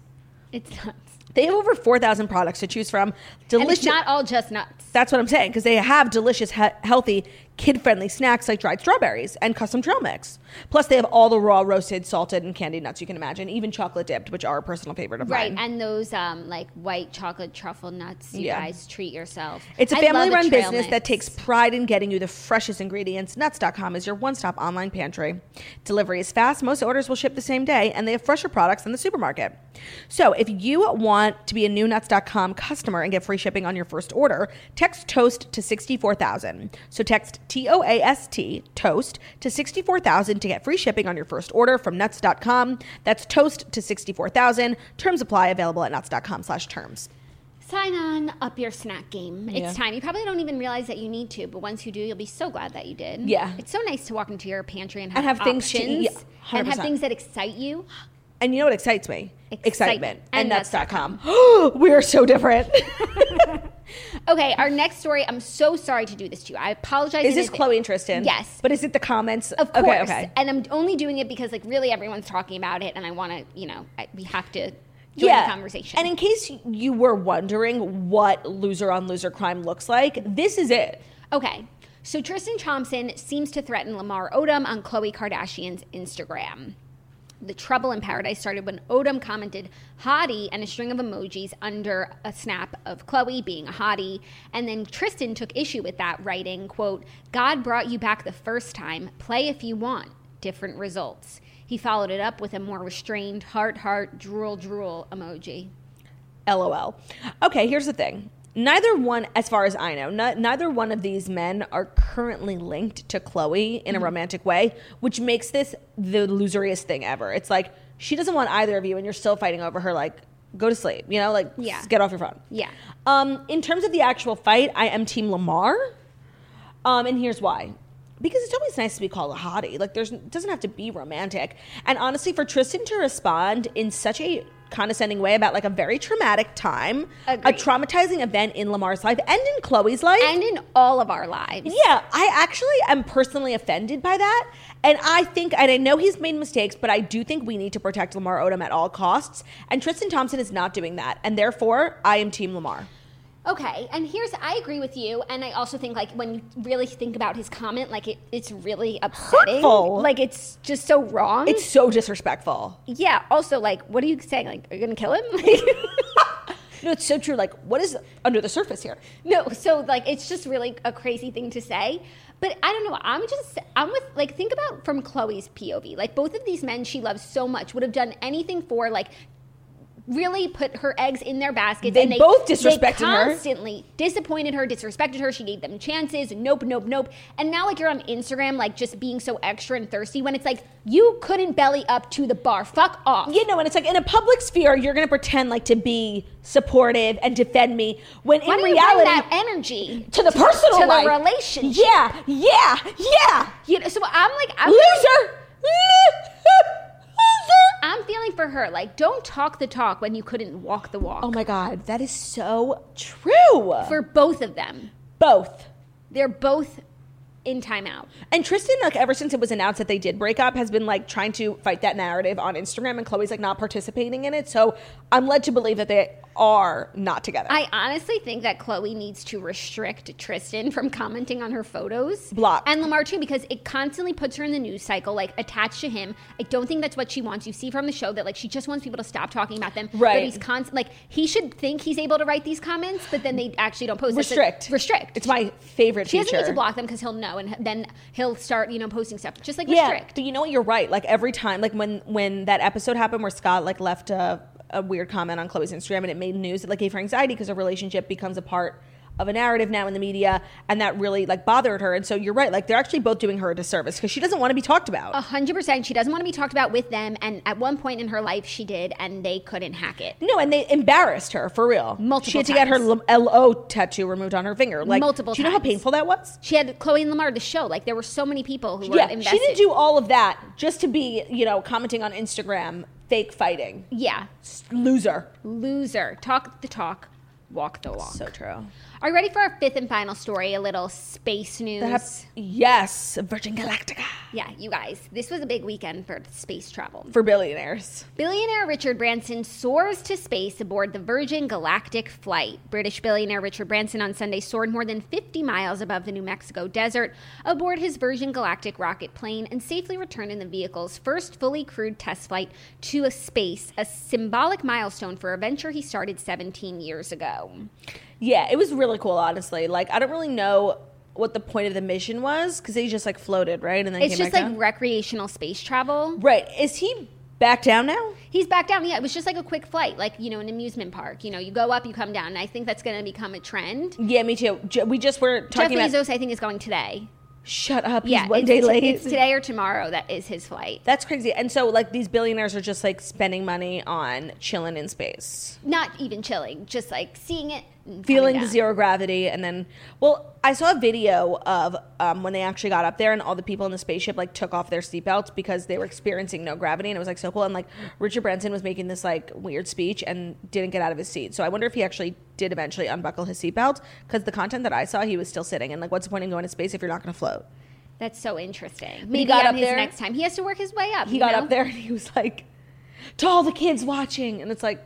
It's nuts.
They have over 4,000 products to choose from.
And it's
Delicious.
not all just nuts.
That's what I'm saying because they have delicious, he- healthy, kid-friendly snacks like dried strawberries and custom trail mix. Plus, they have all the raw, roasted, salted, and candied nuts you can imagine, even chocolate dipped, which are a personal favorite of
Right,
mine.
and those um, like white chocolate truffle nuts, you
Yeah.
guys treat yourself.
It's a
I love
family-run
trail
business that
mix.
takes pride in getting you the freshest ingredients. Nuts.com is your one-stop online pantry. Delivery is fast. Most orders will ship the same day, and they have fresher products than the supermarket. So, if you want to be a new Nuts.com customer and get free shipping on your first order, text TOAST to 64000. So, text T O A S T TOAST to 64000 to get free shipping on your first order from Nuts.com. That's TOAST to 64000. Terms apply. Available at Nuts.com/terms. slash terms.
Sign on up your snack game.
Yeah.
It's time. You probably don't even realize that you need to, but once you do, you'll be so glad that you did.
Yeah.
It's so nice to walk into your pantry and have,
And have things to
options
eat.
and have
100%.
things that excite you.
And you know what excites me?
Excitement.
Excitement.
And
And nuts.com. we are so different.
Okay, our next story. I'm so sorry to do this to you. I apologize.
is
in
this
advan-
Chloe and Tristan?
Yes.
But is it the comments?
Of course.
Okay, okay.
And I'm only doing it because, like, really everyone's talking about it, and I want to, you know, I, we have to join the conversation.
And in case you were wondering what loser on loser crime looks like, this is it.
Okay. So Tristan Thompson seems to threaten Lamar Odom on Khloe Kardashian's Instagram. The trouble in paradise started when Odom commented hottie and a string of emojis under a snap of Chloe being a hottie. And then Tristan took issue with that, writing, quote, God brought you back the first time. Play if you want. Different results. He followed it up with a more restrained heart, heart, drool, drool emoji.
LOL. Okay, here's the thing. Neither one, as far as I know, ni- neither one of these men are currently linked to Chloe in
Mm-hmm.
a romantic way, which makes this the loseriest thing ever. It's like she doesn't want either of you, and you're still fighting over her. Like, go to sleep. You know, like,
Yeah.
s- get off your phone.
Yeah.
Um, in terms of the actual fight, I am Team Lamar. Um, and here's why. Because it's always nice to be called a hottie. Like there's it doesn't have to be romantic. And honestly, for Tristan to respond in such a condescending way about like a very traumatic time,
Agreed.
a traumatizing event in Lamar's life and in Chloe's life.
And in all of our lives.
yeah, I actually am personally offended by that. And I think, and I know he's made mistakes, but I do think we need to protect Lamar Odom at all costs. And Tristan Thompson is not doing that. And therefore, I am Team Lamar.
Okay, and here's I agree with you, and I also think like when you really think about his comment, like it, it's really upsetting.
Hurtful.
Like it's just so wrong.
It's so disrespectful.
yeah. Also, like, what are you saying? Like, are you gonna kill him? Like,
No, it's so true. Like, what is under the surface here?
no. So like, it's just really a crazy thing to say. But I don't know. I'm just I'm with like think about from Chloe's POV. Like both of these men she loves so much would have done anything for like really put her eggs in their baskets.
They
and they
both
they
disrespected her.
Constantly disappointed her, disrespected her. She gave them chances. Nope, nope, nope. And now like you're on Instagram, like just being so extra and thirsty when it's like you couldn't belly up to the bar. Fuck off.
You know, and it's like in a public sphere, you're going to pretend like to be supportive and defend me when
Why
in
do you bring
reality,
that energy
to the personal
to the
life,
relationship?
Yeah, yeah, yeah.
You know, so I'm like I'm
Loser, loser.
I'm feeling for her. Like, don't talk the talk when you couldn't walk the walk.
Oh my God, that is so true.
For both of them,
both.
they're both in timeout.
And Tristan, like ever since it was announced that they did break up, has been like trying to fight that narrative on Instagram, and Chloe's like not participating in it. So I'm led to believe that they are not together.
I honestly think that Chloe needs to restrict Tristan from commenting on her photos.
Block.
And Lamar too, because it constantly puts her in the news cycle, like attached to him. I don't think that's what she wants. You see from the show that like she just wants people to stop talking about them. But
Right.
he's constant like he should think he's able to write these comments, but then they actually don't post it. So-
restrict,
restrict.
It's my favorite.
she doesn't
feature.
need to block them because he'll know, and then he'll start, you know, posting stuff. Just like
yeah,
restrict.
but you know what? You're right. Like every time, like when when that episode happened where Scott like left a, a weird comment on Chloe's Instagram and it made news. It like gave her anxiety because her relationship becomes a part of a narrative now in the media, and that really like bothered her. And so you're right. Like they're actually both doing her a disservice because she doesn't want to be talked about.
A hundred percent. She doesn't want to be talked about with them. And at one point in her life, she did, and they couldn't hack it.
no, and they embarrassed her for real.
Multiple
She had to get her
times.
L- LO tattoo removed on her finger. Like
Multiple
Do you know
times.
how painful that was?
She had Chloe and Lamar the show. Like there were so many people who were
Yeah,
invested.
she didn't do all of that just to be you know commenting on Instagram, fake fighting,
Yeah,
loser.
loser. Talk the talk, walk the walk.
true.
Are you ready for our fifth and final story? A little space news.
That hap- yes, Virgin Galactica
yeah, you guys. This was a big weekend for space travel.
for billionaires.
Billionaire Richard Branson soars to space aboard the Virgin Galactic flight. British billionaire Richard Branson on Sunday soared more than 50 miles above the New Mexico desert aboard his Virgin Galactic rocket plane and safely returned in the vehicle's first fully crewed test flight to a space, a symbolic milestone for a venture he started 17 years ago.
Yeah, it was really cool. Honestly, like I don't really know what the point of the mission was because they just like floated right and then
It's
came
just
back
like
down.
recreational space travel.
right. Is he back down now?
He's back down. Yeah, it was just like a quick flight, like, you know, an amusement park. You know, you go up, you come down. And I think that's going to become a trend.
Yeah, me too. J- we just were
Jeff
talking about.
Bezos, I think, is going today.
Shut up! He's
Yeah,
one
it's-
day
it's-
late.
It's today or tomorrow that is his flight.
That's crazy. And so, like, these billionaires are just like spending money on chilling in space,
Not even chilling, just like seeing it, and coming
feeling
down.
the zero gravity. And then, well, I saw a video of um, when they actually got up there and all the people in the spaceship like took off their seatbelts because they were experiencing no gravity. And it was like so cool. And like, Richard Branson was making this like weird speech and didn't get out of his seat. So I wonder if he actually did eventually unbuckle his seatbelt because the content that I saw, he was still sitting. And like, what's the point in going to space if you're not going to float?
That's so interesting. Maybe
got
on
up
his
there-
next time. He has to work his way up.
he
you
got
know?
up there and he was like, to all the kids watching. And it's like,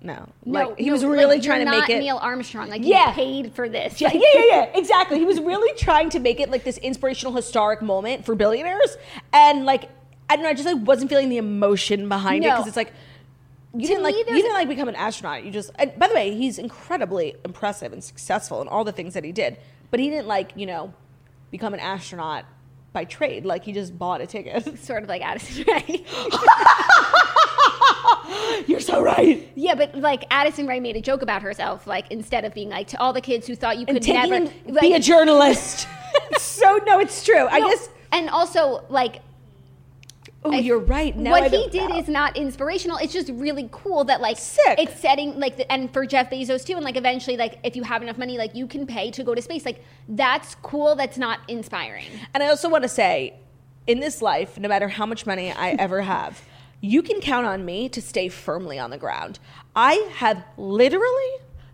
no.
No,
like, he
no,
was really
like,
trying
you're
to make
not
it.
Neil Armstrong. Like,
Yeah.
you paid for this.
yeah,
Like,
yeah, yeah, yeah, exactly. He was really trying to make it like this inspirational, historic moment for billionaires. And like, I don't know, I just like wasn't feeling the emotion behind it
No.
because it's like, you
To
didn't like
me,
you
there's
didn't
a-
like become an astronaut. You just and by the way, he's incredibly impressive and successful in all the things that he did. But he didn't like, you know, become an astronaut by trade. Like he just bought a ticket.
Sort of like Addison Ray.
You're so right.
yeah, but like Addison Ray made a joke about herself, like instead of being like to all the kids who thought you
and
could
taking
never
and
like,
be a journalist. so no, it's true. I
no,
guess.
And also, like
Oh,
I-
you're right. Now I
what he
don't
did
know.
is not inspirational. It's just really cool that like
Sick.
it's setting like the, and for Jeff Bezos too, and like eventually like if you have enough money, like you can pay to go to space. Like that's cool. That's not inspiring.
And I also want to say, in this life, no matter how much money I ever have, you can count on me to stay firmly on the ground. I have literally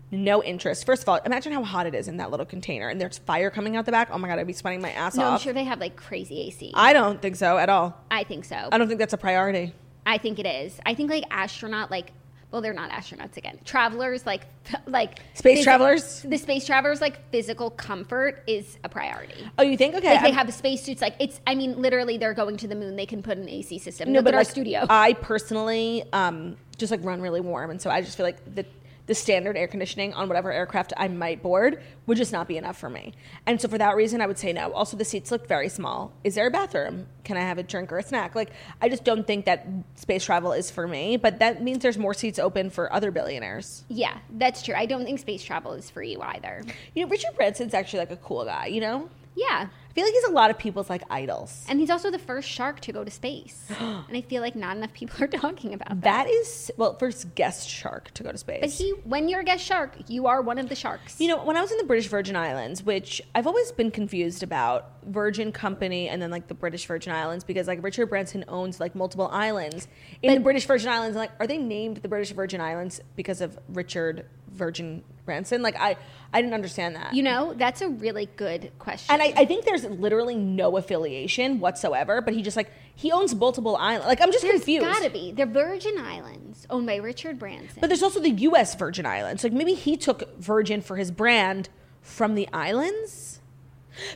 no interest. First of all, imagine how hot it is in that little container, and there's fire coming out the back. Oh my god, I'd be sweating my ass
No, I'm
off.
sure they have like crazy AC. I,
I don't think so at all.
think so.
I don't think that's a priority.
I think it is. I think like astronaut like. Well, they're not astronauts again. Travelers like like
Space travelers?
The space travelers like physical comfort is a priority.
Oh, you think? Okay,
Like they
I'm-
have spacesuits. Like it's. I mean, literally, they're going to the moon. They can put an AC system.
No,
Look
but
at our
like,
studio.
I personally um, just like run really warm, and so I just feel like the the standard air conditioning on whatever aircraft I might board would just not be enough for me. And so for that reason, I would say no. Also, the seats look very small. Is there a bathroom? Can I have a drink or a snack? Like, I just don't think that space travel is for me. But that means there's more seats open for other billionaires.
Yeah, that's true. I don't think space travel is for you either.
You know, Richard Branson's actually like a cool guy. You know,
Yeah.
I feel like he's a lot of people's like idols.
And he's also the first shark to go to space. and I feel like not enough people are talking about that.
That is well, first guest shark to go to space.
But he, when you're a guest shark, you are one of the sharks.
You know, when I was in the British Virgin Islands, which I've always been confused about Virgin Company and then like the British Virgin Islands because like Richard Branson owns like multiple islands in the British Virgin Islands. Like, are they named the British Virgin Islands because of Richard Virgin Branson? Like, I I didn't understand that.
You know, that's a really good question.
and I, I think there's literally no affiliation whatsoever, but he just like he owns multiple islands. Like I'm just
There's
confused.
gotta be. The Virgin Islands, owned by Richard Branson.
But there's also the U.S. Virgin Islands. Like maybe he took Virgin for his brand from the islands.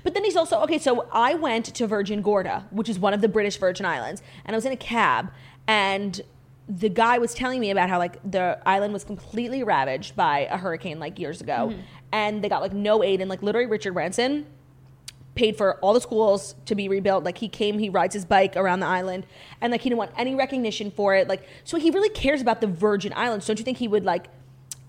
But then he's also okay. So I went to Virgin Gorda, which is one of the British Virgin Islands, and I was in a cab, and the guy was telling me about how like the island was completely ravaged by a hurricane like years ago, and they got like no aid, and like literally Richard Branson paid for all the schools to be rebuilt. Like he came, he rides his bike around the island, and like he didn't want any recognition for it. Like so, he really cares about the Virgin Islands. Don't you think he would like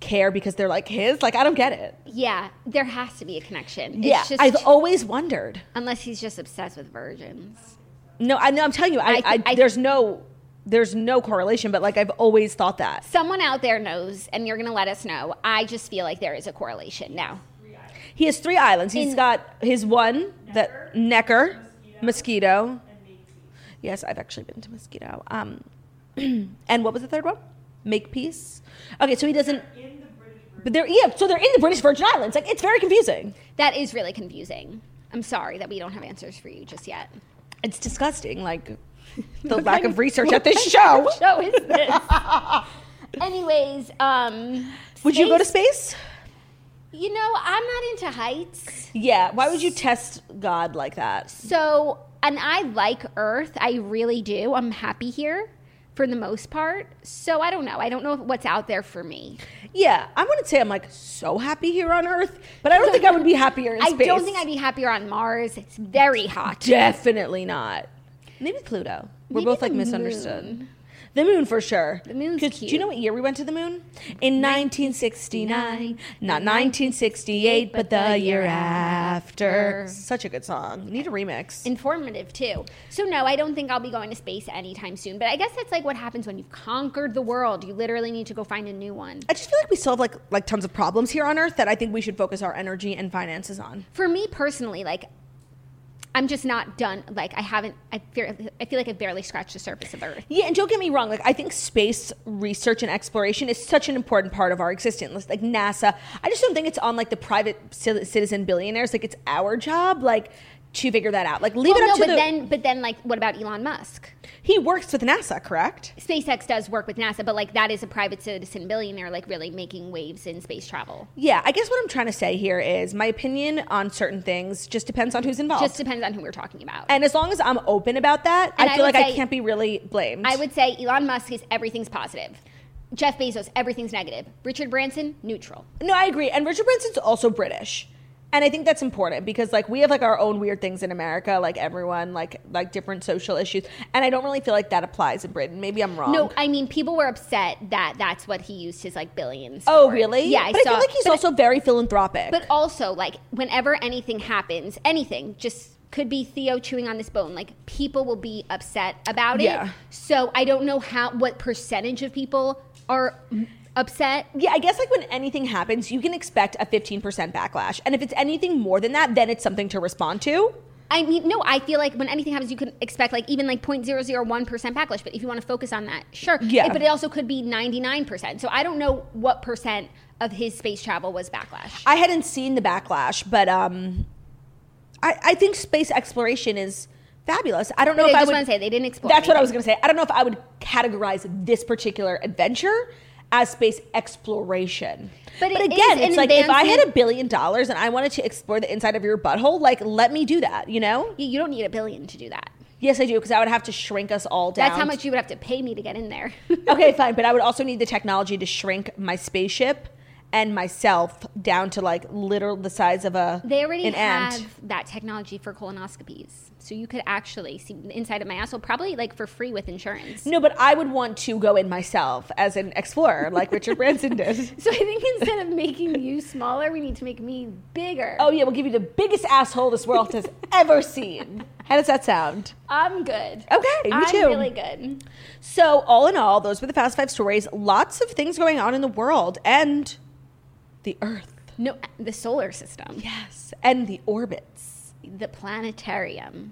care because they're like his? Like I don't get it.
yeah, there has to be a connection. It's
yeah,
just,
I've always wondered.
unless he's just obsessed with virgins.
No, I know. I'm telling you, I, I,
I- I-
there's no there's no correlation, but like I've always thought that.
Someone out there knows, and you're gonna let us know. I just feel like there is a correlation now.
He has three islands. He's
In-
got his one that Necker, Mosquito. Yes, I've actually been to Mosquito. Um, and what was the third one? Makepeace. Okay, so he doesn't. But they're yeah, so they're in the British Virgin Islands. Like it's very confusing.
That is really confusing. I'm sorry that we don't have answers for you just yet.
It's disgusting. Like the lack of research at this show.
Show is this. Anyways, um,
Would you go to
space-
space?
You know, I'm not into heights.
Yeah. Why would you test God like that?
So, and I like Earth. I really do. I'm happy here for the most part. So, I don't know. I don't know what's out there for me.
Yeah, I wouldn't say I'm like so happy here on Earth, but I don't think I would be happier in
I
space.
don't think I'd be happier on Mars. It's very hot.
Definitely not. Maybe Pluto. We're
Maybe
both like
the
misunderstood. The moon for sure. The
moon's
Do you know
cute.
what year we went to the moon? In 1969, not 1968, but the year after. Such a good song. Need a remix.
Informative too. So no, I don't think I'll be going to space anytime soon. But I guess that's like what happens when you've conquered the world. You literally need to go find a new one.
I just feel like we still have like like tons of problems here on Earth that I think we should focus our energy and finances on.
for me personally, like I'm just not done. Like I haven't. I feel. I feel like I've barely scratched the surface of Earth.
Yeah, and don't get me wrong. Like, I think space research and exploration is such an important part of our existence. Like NASA, I just don't think it's on like the private ci- citizen billionaires. Like, it's our job, like, to figure that out. Like, leave
Well,
it
no,
up
but
to the.
then, but then, like, what about Elon Musk?
he works with NASA, correct?
SpaceX does work with NASA, but like that is a private citizen billionaire, like really making waves in space travel.
Yeah, I guess what I'm trying to say here is my opinion on certain things just depends on who's involved.
Just depends on who we're talking about.
and as long as I'm open about that,
And
I
I
feel
would
like I
say-
can't be really blamed.
I would say Elon Musk is everything's positive. Jeff Bezos, everything's negative. Richard Branson, neutral.
No, I agree. And Richard Branson's also British. And I think that's important because like we have like our own weird things in America, like everyone, like like different social issues. And I don't really feel like that applies in Britain. Maybe I'm wrong.
No, I mean people were upset that that's what he used his like billions.
oh
for.
really?
Yeah, I
but
saw.
I feel like he's also very philanthropic.
But also, like, whenever anything happens, anything just could be Theo chewing on this bone. Like, people will be upset about it.
Yeah.
So I don't know how what percentage of people are upset.
yeah, I guess like when anything happens, you can expect a 15% backlash. And if it's anything more than that, then it's something to respond to.
I mean, no, I feel like when anything happens, you can expect like even like 0.001 percent backlash. But if you want to focus on that, sure.
Yeah.
But it also could be ninety nine percent. So I don't know what percent of his space travel was backlash.
I hadn't seen the backlash, but um I I think space exploration is fabulous. I don't know
But
if
I
I
just
would
want to say they didn't explore.
That's what I was going
anything.
to say. I don't know if I would categorize this particular adventure as space exploration.
But it
again,
is
it's
an
like if I had a
advancement-
billion dollars and I wanted to explore the inside of your butthole, like let me do that, you know?
You- You don't need a billion to do that.
Yes, I do, because I would have to shrink us all down.
That's how much you would have to pay me to get in there.
okay, fine. But I would also need the technology to shrink my spaceship and myself down to like literal the size of a
They already
an
have
ant.
that technology for colonoscopies, so you could actually see the inside of my asshole, probably like for free with insurance.
No, but I would want to go in myself as an explorer, like Richard Branson did.
So I think instead of making you smaller, we need to make me bigger.
Oh yeah, we'll give you the biggest asshole this world has ever seen. How does that sound?
I'm good.
Okay, me
I'm
too.
really good.
So, all in all, those were the fast five stories. Lots of things going on in the world and the Earth.
No, the solar system,
Yes, and the orbits.
the planetarium.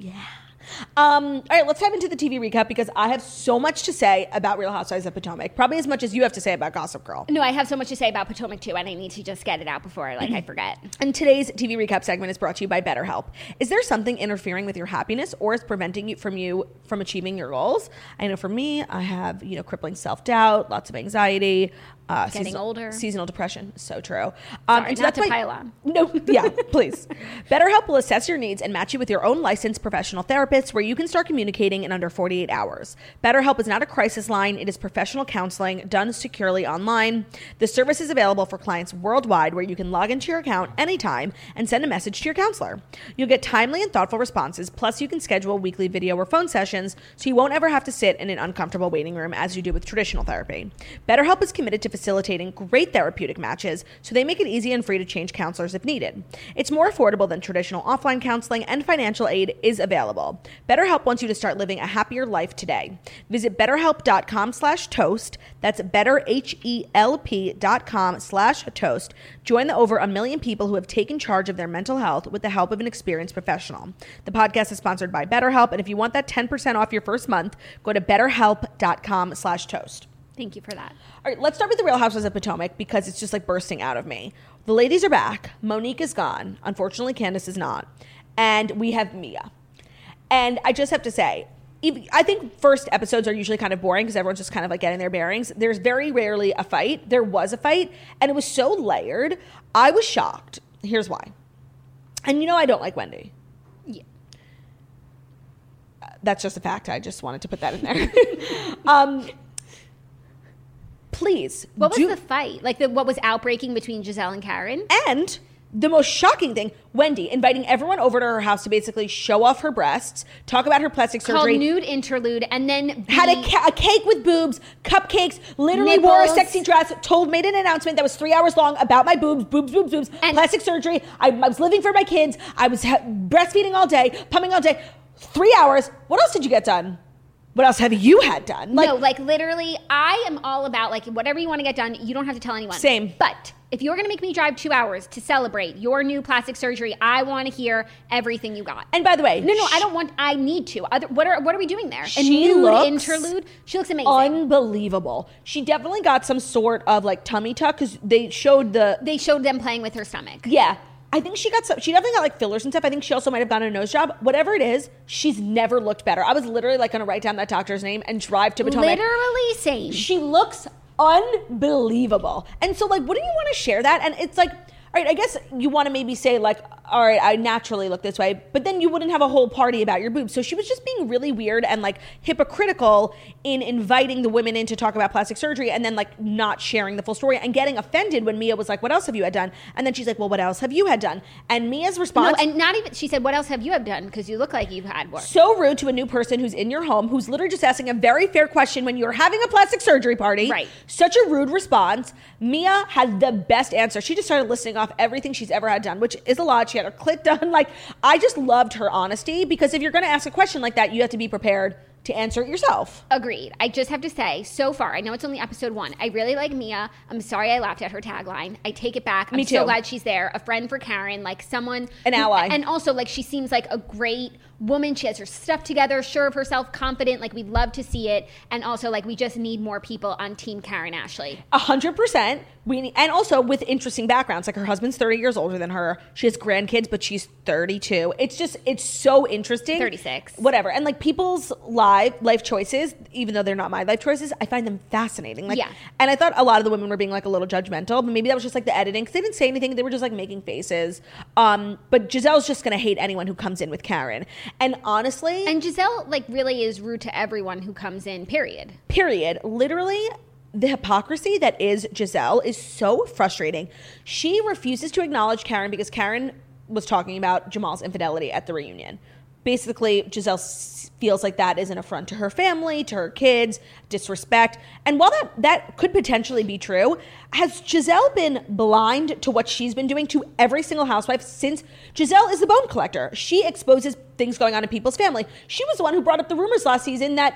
Um, all right, let's dive into the TV recap because I have so much to say about Real Housewives of Potomac. Probably as much as you have to say about Gossip Girl.
No, I have so much to say about Potomac too, and I need to just get it out before like
Mm-hmm.
I forget.
And today's TV recap segment is brought to you by BetterHelp. Is there something interfering with your happiness or is preventing you from you from achieving your goals? I know for me, I have you know crippling self doubt, lots of anxiety, uh,
Getting
seasonal-
older.
seasonal depression. So true. Um,
Sorry, not to pile on.
No, yeah, please. BetterHelp will assess your needs and match you with your own licensed professional therapist where you can start communicating in under 48 hours. BetterHelp is not a crisis line, it is professional counseling done securely online. The service is available for clients worldwide where you can log into your account anytime and send a message to your counselor. You'll get timely and thoughtful responses, plus, you can schedule weekly video or phone sessions so you won't ever have to sit in an uncomfortable waiting room as you do with traditional therapy. BetterHelp is committed to facilitating great therapeutic matches, so they make it easy and free to change counselors if needed. It's more affordable than traditional offline counseling, and financial aid is available. BetterHelp wants you to start living a happier life today. Visit BetterHelp.com/toast. That's E BetterHelp.com/toast. Join the over a million people who have taken charge of their mental health with the help of an experienced professional. The podcast is sponsored by BetterHelp, and if you want that 10% off your first month, go to BetterHelp.com/toast.
Thank you for that.
All right, let's start with the Real Housewives of Potomac because it's just like bursting out of me. The ladies are back. Monique is gone. Unfortunately, Candace is not. And we have Mia. And I just have to say, even, I think first episodes are usually kind of boring because everyone's just kind of like getting their bearings. There's very rarely a fight. There was a fight, and it was so layered. I was shocked. Here's why. And you know, I don't like Wendy. Uh,
Yeah.
That's just a fact. I just wanted to put that in there. um, please.
What was
do-
the fight? Like the what was outbreaking between Giselle and Karen?
And the most shocking thing, Wendy inviting everyone over to her house to basically show off her breasts, talk about her plastic
Called
surgery.
nude interlude, and then
had a,
the-
ca- a cake with boobs, cupcakes, literally wore a
Nipples.
sexy dress, told, made an announcement that was three hours long about my boobs, boobs, boobs, boobs,
And-
plastic surgery. I, I was living for my kids. I was ha- breastfeeding all day, pumping all day. Three hours. What else did you get done? What else have you had done?
no, like literally, I am all about like whatever you want to get done, you don't have to tell anyone.
Same.
But if you're gonna make me drive two hours to celebrate your new plastic surgery, I want to hear everything you got.
and by the way,
no, no,
sh-
I don't want. I need to. Other, what are what are we doing there? A
She
nude
looks
interlude. She looks amazing.
Unbelievable. She definitely got some sort of like tummy tuck because they showed the
they showed them playing with her stomach.
Yeah. I think she got some, she definitely got like fillers and stuff. I think she also might have gotten a nose job. Whatever it is, she's never looked better. I was literally like gonna write down that doctor's name and drive to Potomac.
Literally same.
She looks unbelievable. And so like wouldn't you want to share that? And it's like all right, I guess you want to maybe say like, all right, I naturally look this way, but then you wouldn't have a whole party about your boobs. So she was just being really weird and like hypocritical in inviting the women in to talk about plastic surgery and then like not sharing the full story and getting offended when Mia was like, "What else have you had done?" And then she's like, "Well, what else have you had done?" And Mia's
No,
response
and not even. She said, "What else have you have done? Because you look like you've had work."
so rude to a new person who's in your home who's literally just asking a very fair question when you're having a plastic surgery party.
Right.
Such a rude response. Mia had the best answer. She just started listing off everything she's ever had done, which is a lot. She had her clit done. Like, I just loved her honesty because if you're going to ask a question like that, you have to be prepared to answer it yourself.
Agreed. I just have to say, so far, I know it's only episode one. I really like Mia. I'm sorry I laughed at her tagline. I take it back.
Me
I'm so
too.
glad she's there. A friend for Karen, like someone.
An ally.
And also, like, she seems like a great woman. She has her stuff together, sure of herself, confident. Like, we'd love to see it. And also, like, we just need more people on Team Karen Ashley.
A hundred percent. We need, and also with interesting backgrounds. Like her husband's thirty years older than her. She has grandkids, but she's thirty-two. It's just it's so interesting.
36.
Whatever. And like people's live life choices, even though they're not my life choices, I find them fascinating. Like,
Yeah.
And I thought a lot of the women were being like a little judgmental, but maybe that was just like the editing because they didn't say anything. They were just like making faces. Um, but Giselle's just gonna hate anyone who comes in with Karen. And honestly,
And Giselle, like, really is rude to everyone who comes in, period.
period. Literally, the hypocrisy that is Giselle is so frustrating. She refuses to acknowledge Karen because Karen was talking about Jamal's infidelity at the reunion. Basically, Giselle s- feels like that is an affront to her family, to her kids, disrespect. And while that, that could potentially be true, has Giselle been blind to what she's been doing to every single housewife since Giselle is the bone collector? She exposes things going on in people's family. She was the one who brought up the rumors last season that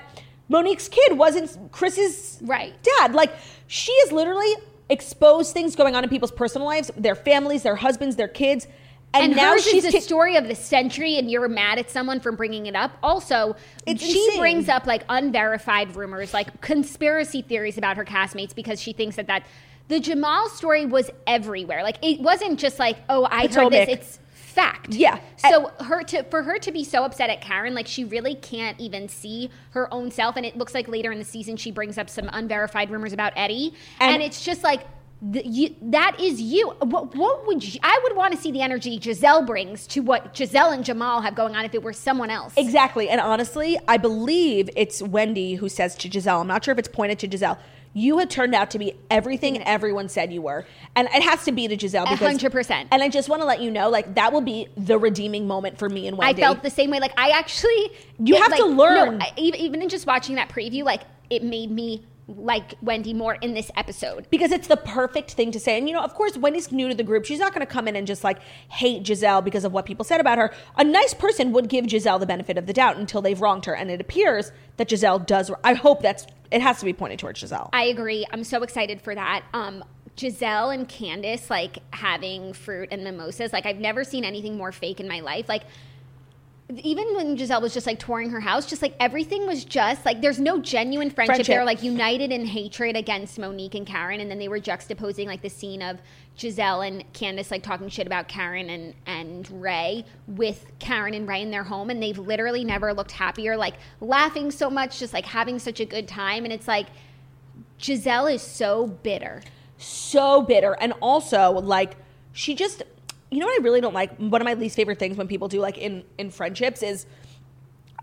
Monique's kid wasn't Chris's
Right.
dad. Like she is literally exposed things going on in people's personal lives, their families, their husbands, their kids, and,
And,
now
hers
she's
is the
ki-
story of the century, and you're mad at someone for bringing it up. Also,
It's
she
insane.
brings up like unverified rumors, like conspiracy theories about her castmates because she thinks that that the Jamal story was everywhere. Like it wasn't just like, oh, I heard
Potomac.
this. It's fact.
Yeah.
So her to for her to be so upset at Karen, like she really can't even see her own self, and it looks like later in the season she brings up some unverified rumors about Eddie,
And-
and, it's just like. th you, that is you. What, what would you, I would want to see the energy Giselle brings to what Giselle and Jamal have going on if it were someone else.
exactly. And honestly, I believe it's Wendy who says to Giselle. I'm not sure if it's pointed to Giselle. You had turned out to be everything everyone said you were, and it has to be to Giselle. Because,
100%.
And I just want to let you know, like that will be the redeeming moment for me and
I
Wendy.
felt the same way. Like I actually,
You have
like,
to learn.
No, I, even even in just watching that preview, like it made me like Wendy more in this episode.
because it's the perfect thing to say. And you know, of course, Wendy's new to the group. She's not going to come in and just like hate Giselle because of what people said about her. A nice person would give Giselle the benefit of the doubt until they've wronged her. And it appears that Giselle does. I hope that's it has to be pointed towards Giselle.
I agree. I'm so excited for that. Um, Giselle and Candace like having fruit and mimosas. Like I've never seen anything more fake in my life. Like even when Giselle was just like touring her house, just like everything was just like there's no genuine friendship.
Friendship.
They were like united in hatred against Monique and Karen, and then they were juxtaposing like the scene of Giselle and Candace like talking shit about Karen and and Ray with Karen and Ray in their home, and they've literally never looked happier, like laughing so much, just like having such a good time, and it's like Giselle is so bitter.
so bitter and also like she just you know what i really don't like one of my least favorite things when people do like in in friendships is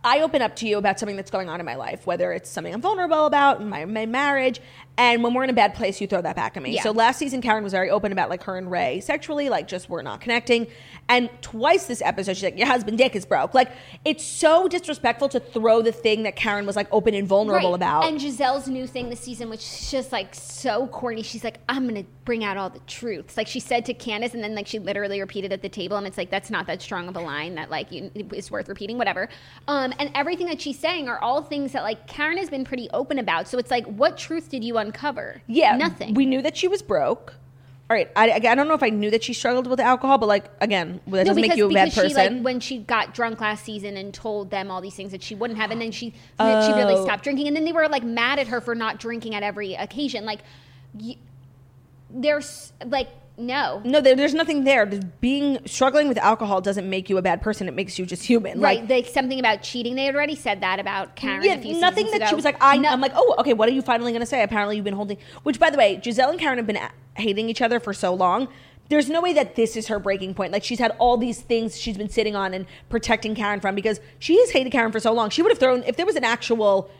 i open up to you about something that's going on in my life whether it's something i'm vulnerable about in my, my marriage and when we're in a bad place you throw that back at me
Yeah.
so last season karen was very open about like her and ray sexually like just we're not connecting and twice this episode she's like your husband dick is broke like it's so disrespectful to throw the thing that karen was like open and vulnerable
Right.
about
And Giselle's new thing this season, which is just like so corny. She's like, I'm gonna bring out all the truths. Like she said to Candace, and then like she literally repeated at the table, and it's like that's not that strong of a line that like you, is worth repeating. Whatever. Um, and everything that she's saying are all things that like Karen has been pretty open about. So it's like, what truth did you uncover?
Yeah,
nothing.
We knew that she was broke. All right, I, I don't know if I knew that she struggled with alcohol, but like again, that doesn't make you a bad person.
she like when she got drunk last season and told them all these things that she wouldn't have, and then she that she
Oh.
really stopped drinking, and then they were like mad at her for not drinking at every occasion. Like, y there's like no,
no, there, there's nothing there. Just Being struggling with alcohol doesn't make you a bad person. It makes you just human.
right?
Like,
Like something about cheating. They had already said that about Karen. a few
yeah, nothing
seasons
that she
ago.
was like. I,
No-
I'm like, oh, okay. What are you finally gonna say? Apparently, you've been holding. Which, by the way, Giselle and Karen have been a- hating each other for so long. There's no way that this is her breaking point. Like she's had all these things she's been sitting on and protecting Karen from because she has hated Karen for so long. She would have thrown if there was an actual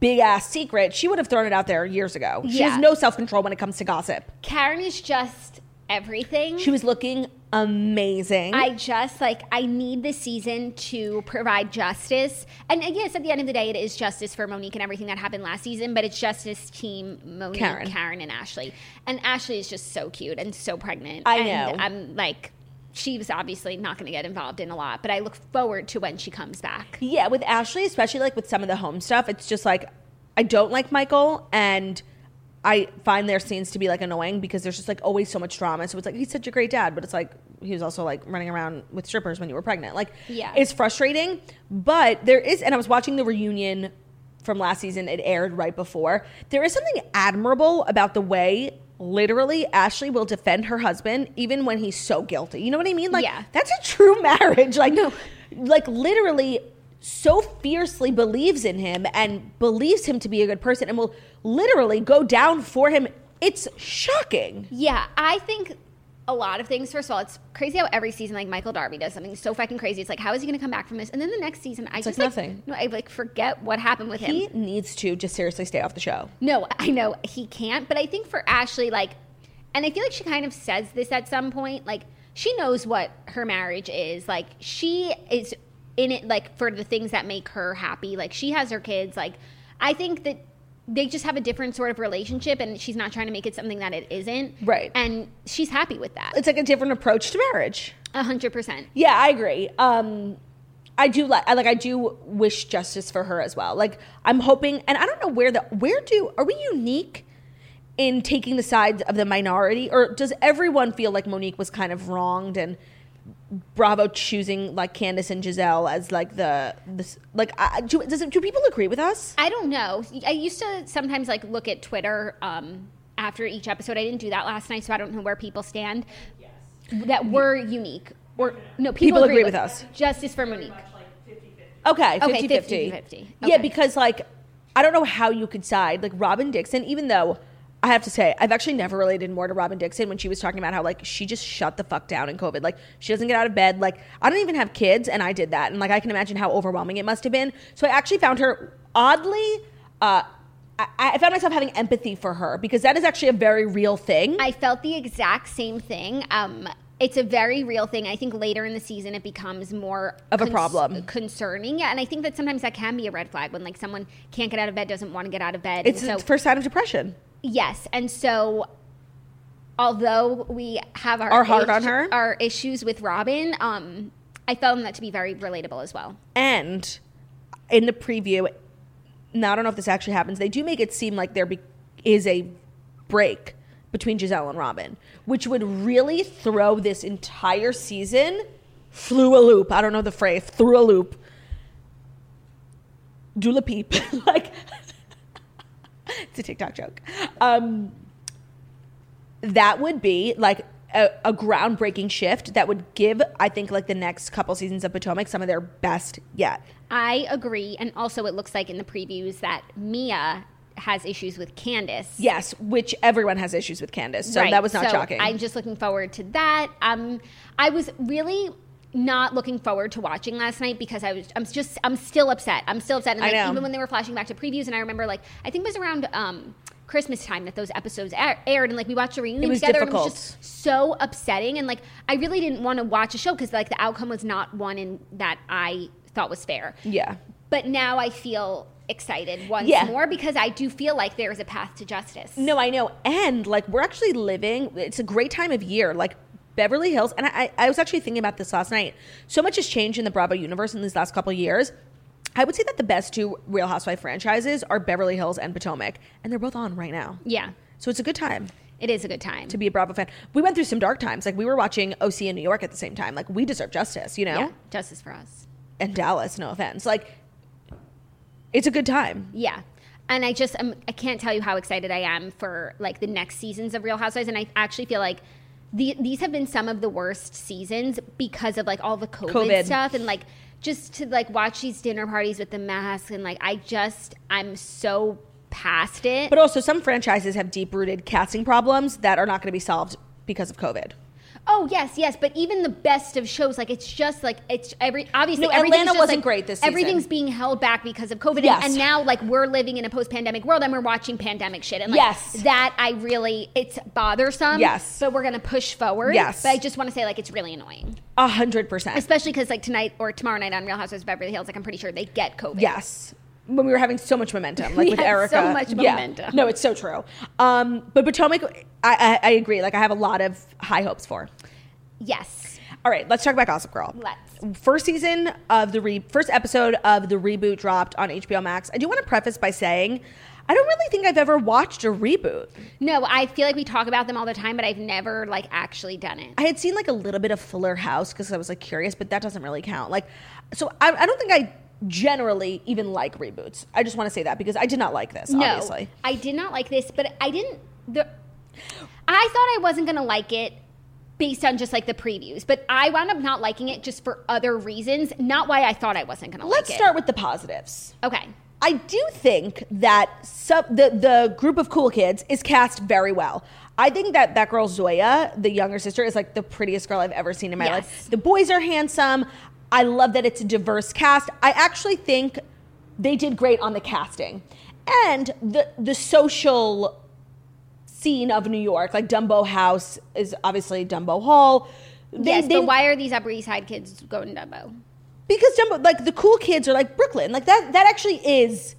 big ass secret, she would have thrown it out there years ago. She
Yeah.
has no self control when it comes to gossip.
Karen is just everything.
She was looking amazing.
I just like I need this season to provide justice. And uh, yes, at the end of the day, it is justice for Monique and everything that happened last season. But it's justice team Monique,
Karen.
Karen, and Ashley. And Ashley is just so cute and so pregnant.
I
and
know.
I'm like, she's obviously not going to get involved in a lot, but I look forward to when she comes back.
Yeah, with Ashley, especially like with some of the home stuff, it's just like I don't like Michael and I find their scenes to be like annoying because there's just like always so much drama. So it's like he's such a great dad, but it's like he was also like running around with strippers when you were pregnant. Like
Yeah.
it's frustrating, but there is and I was watching the reunion from last season. It aired right before. There is something admirable about the way literally Ashley will defend her husband even when he's so guilty. You know what I mean? Like
Yeah.
that's a true marriage. Like like literally so fiercely believes in him and believes him to be a good person and will literally go down for him. It's shocking.
Yeah, I think a lot of things. First of all, it's crazy how every season, like Michael Darby does something so fucking crazy. It's like, how is he going to come back from this? And then the next season, I
like
just
nothing.
No, I like forget what happened with him.
He needs to just seriously stay off the show.
No, I know he can't, but I think for Ashley, like, and I feel like she kind of says this at some point. Like, she knows what her marriage is. Like, she is in it, like, for the things that make her happy. Like, she has her kids. Like, I think that they just have a different sort of relationship, and she's not trying to make it something that it isn't.
Right.
And she's happy with that.
It's like a different approach to marriage.
A 100%.
Yeah, I agree. Um, I do like I like I do wish justice for her as well. Like I'm hoping, and I don't know where the where do are we unique in taking the sides of the minority, or does everyone feel like Monique was kind of wronged and Bravo choosing like Candace and Giselle as like the this like I, do does it, do people agree with us?
I don't know. I used to sometimes like look at Twitter um, after each episode. I didn't do that last night, so I don't know where people stand. That were unique, or no? People,
People agree with us.
Justice for Monique.
Okay, 50-50.
Okay, 50-50.
Yeah,
Okay.
because like I don't know how you could side like Robin Dixon even though I have to say I've actually never related more to Robin Dixon when she was talking about how like she just shut the fuck down in COVID. Like she doesn't get out of bed. Like I don't even have kids and I did that and like I can imagine how overwhelming it must have been. So I actually found her oddly uh I, I found myself having empathy for her because that is actually a very real thing.
I felt the exact same thing. Um, it's a very real thing. I think later in the season it becomes more
Of a problem.
concerning. Yeah, and I think that sometimes that can be a red flag when like someone can't get out of bed, doesn't want to get out of bed. and
it's the first sign of depression.
Yes, and so although we have our
Our heart on her?
our issues with Robin, um, I found that to be very relatable as well.
And in the preview, now I don't know if this actually happens. They do make it seem like there be- is a break between Giselle and Robin, which would really throw this entire season flew a loop. I don't know the phrase, through a loop. Dula peep. like, it's a TikTok joke. Um, that would be like a, a groundbreaking shift that would give, I think, like the next couple seasons of Potomac some of their best yet.
I agree. And also, it looks like in the previews that Mia has issues with Candace.
Yes, which everyone has issues with Candace, so
Right.
that was not
So
shocking.
I'm just looking forward to that. Um, I was really not looking forward to watching last night because I was. I'm just. I'm still upset. I'm still upset. And
I
like,
know.
even when they were flashing back to previews, and I remember like I think it was around. Um, Christmas time that those episodes air- aired, and like we watched the reunion
It was
together, and it
difficult.
was just so upsetting. And like I really didn't want to watch a show because like the outcome was not one in that I thought was fair.
yeah.
But now I feel excited once
Yeah.
more because I do feel like there is a path to justice.
No, I know. And like we're actually living it's a great time of year. Like Beverly Hills and I, I was actually thinking about this last night. So much has changed in the Bravo universe in these last couple of years. I would say that the best two Real Housewife franchises are Beverly Hills and Potomac, and they're both on right now.
Yeah,
So it's a good time
it is a good time.
to be a Bravo fan. We went through some dark times. Like we were watching OC in New York at the same time. Like we deserve justice, you know?
Yeah, justice for us.
And Dallas, no offense. Like it's a good time.
Yeah. And I just um, I can't tell you how excited I am for like the next seasons of Real Housewives and I actually feel like the, these have been some of the worst seasons because of like all the COVID,
COVID.
stuff and like just to like watch these dinner parties with the masks and like I just I'm so past it.
But also some franchises have deep rooted casting problems that are not gonna be solved because of COVID.
oh yes, yes, but even the best of shows like it's just like it's every obviously
No,
everything's
Atlanta
just,
wasn't
like,
great this season.
Everything's being held back because of COVID and-
Yes.
and now like we're living in a post-pandemic world and we're watching pandemic shit and like
Yes.
that I really it's bothersome.
Yes.
but we're gonna push forward.
Yes.
but I just want to say like it's really annoying,
A hundred percent.
especially because like tonight or tomorrow night on Real Housewives of Beverly Hills, like I'm pretty sure they get COVID.
Yes. When we were having so much momentum, like with
Yeah,
Erica.
so much momentum.
No, it's so true. Um, but Potomac, I, I, I agree. Like, I have a lot of high hopes for.
yes,
All right, let's talk about Gossip Girl.
Let's.
First season of the re- first episode of the reboot dropped on HBO Max. I do want to preface by saying, I don't really think I've ever watched a reboot.
no, I feel like we talk about them all the time, but I've never like actually done it.
I had seen like a little bit of Fuller House because I was like curious, but that doesn't really count. Like, so I, I don't think I generally even like reboots. I just want to say that because I did not like this.
no,
obviously.
I did not like this, but I didn't. The, I thought I wasn't gonna like it based on just like the previews, but I wound up not liking it just for other reasons, not why I thought I wasn't gonna
Let's
like it.
start with the positives.
Okay.
I do think that sub, the the group of cool kids is cast very well. I think that that girl Zoya, the younger sister, is like the prettiest girl I've ever seen in my
Yes.
life. The boys are handsome. I love that it's a diverse cast. I actually think they did great on the casting and the the social scene of New York. Like Dumbo House is obviously Dumbo Hall. They,
yes,
they-
but why are these Upper East Side kids going to Dumbo?
because Dumbo, like the cool kids are like Brooklyn. Like that that actually is.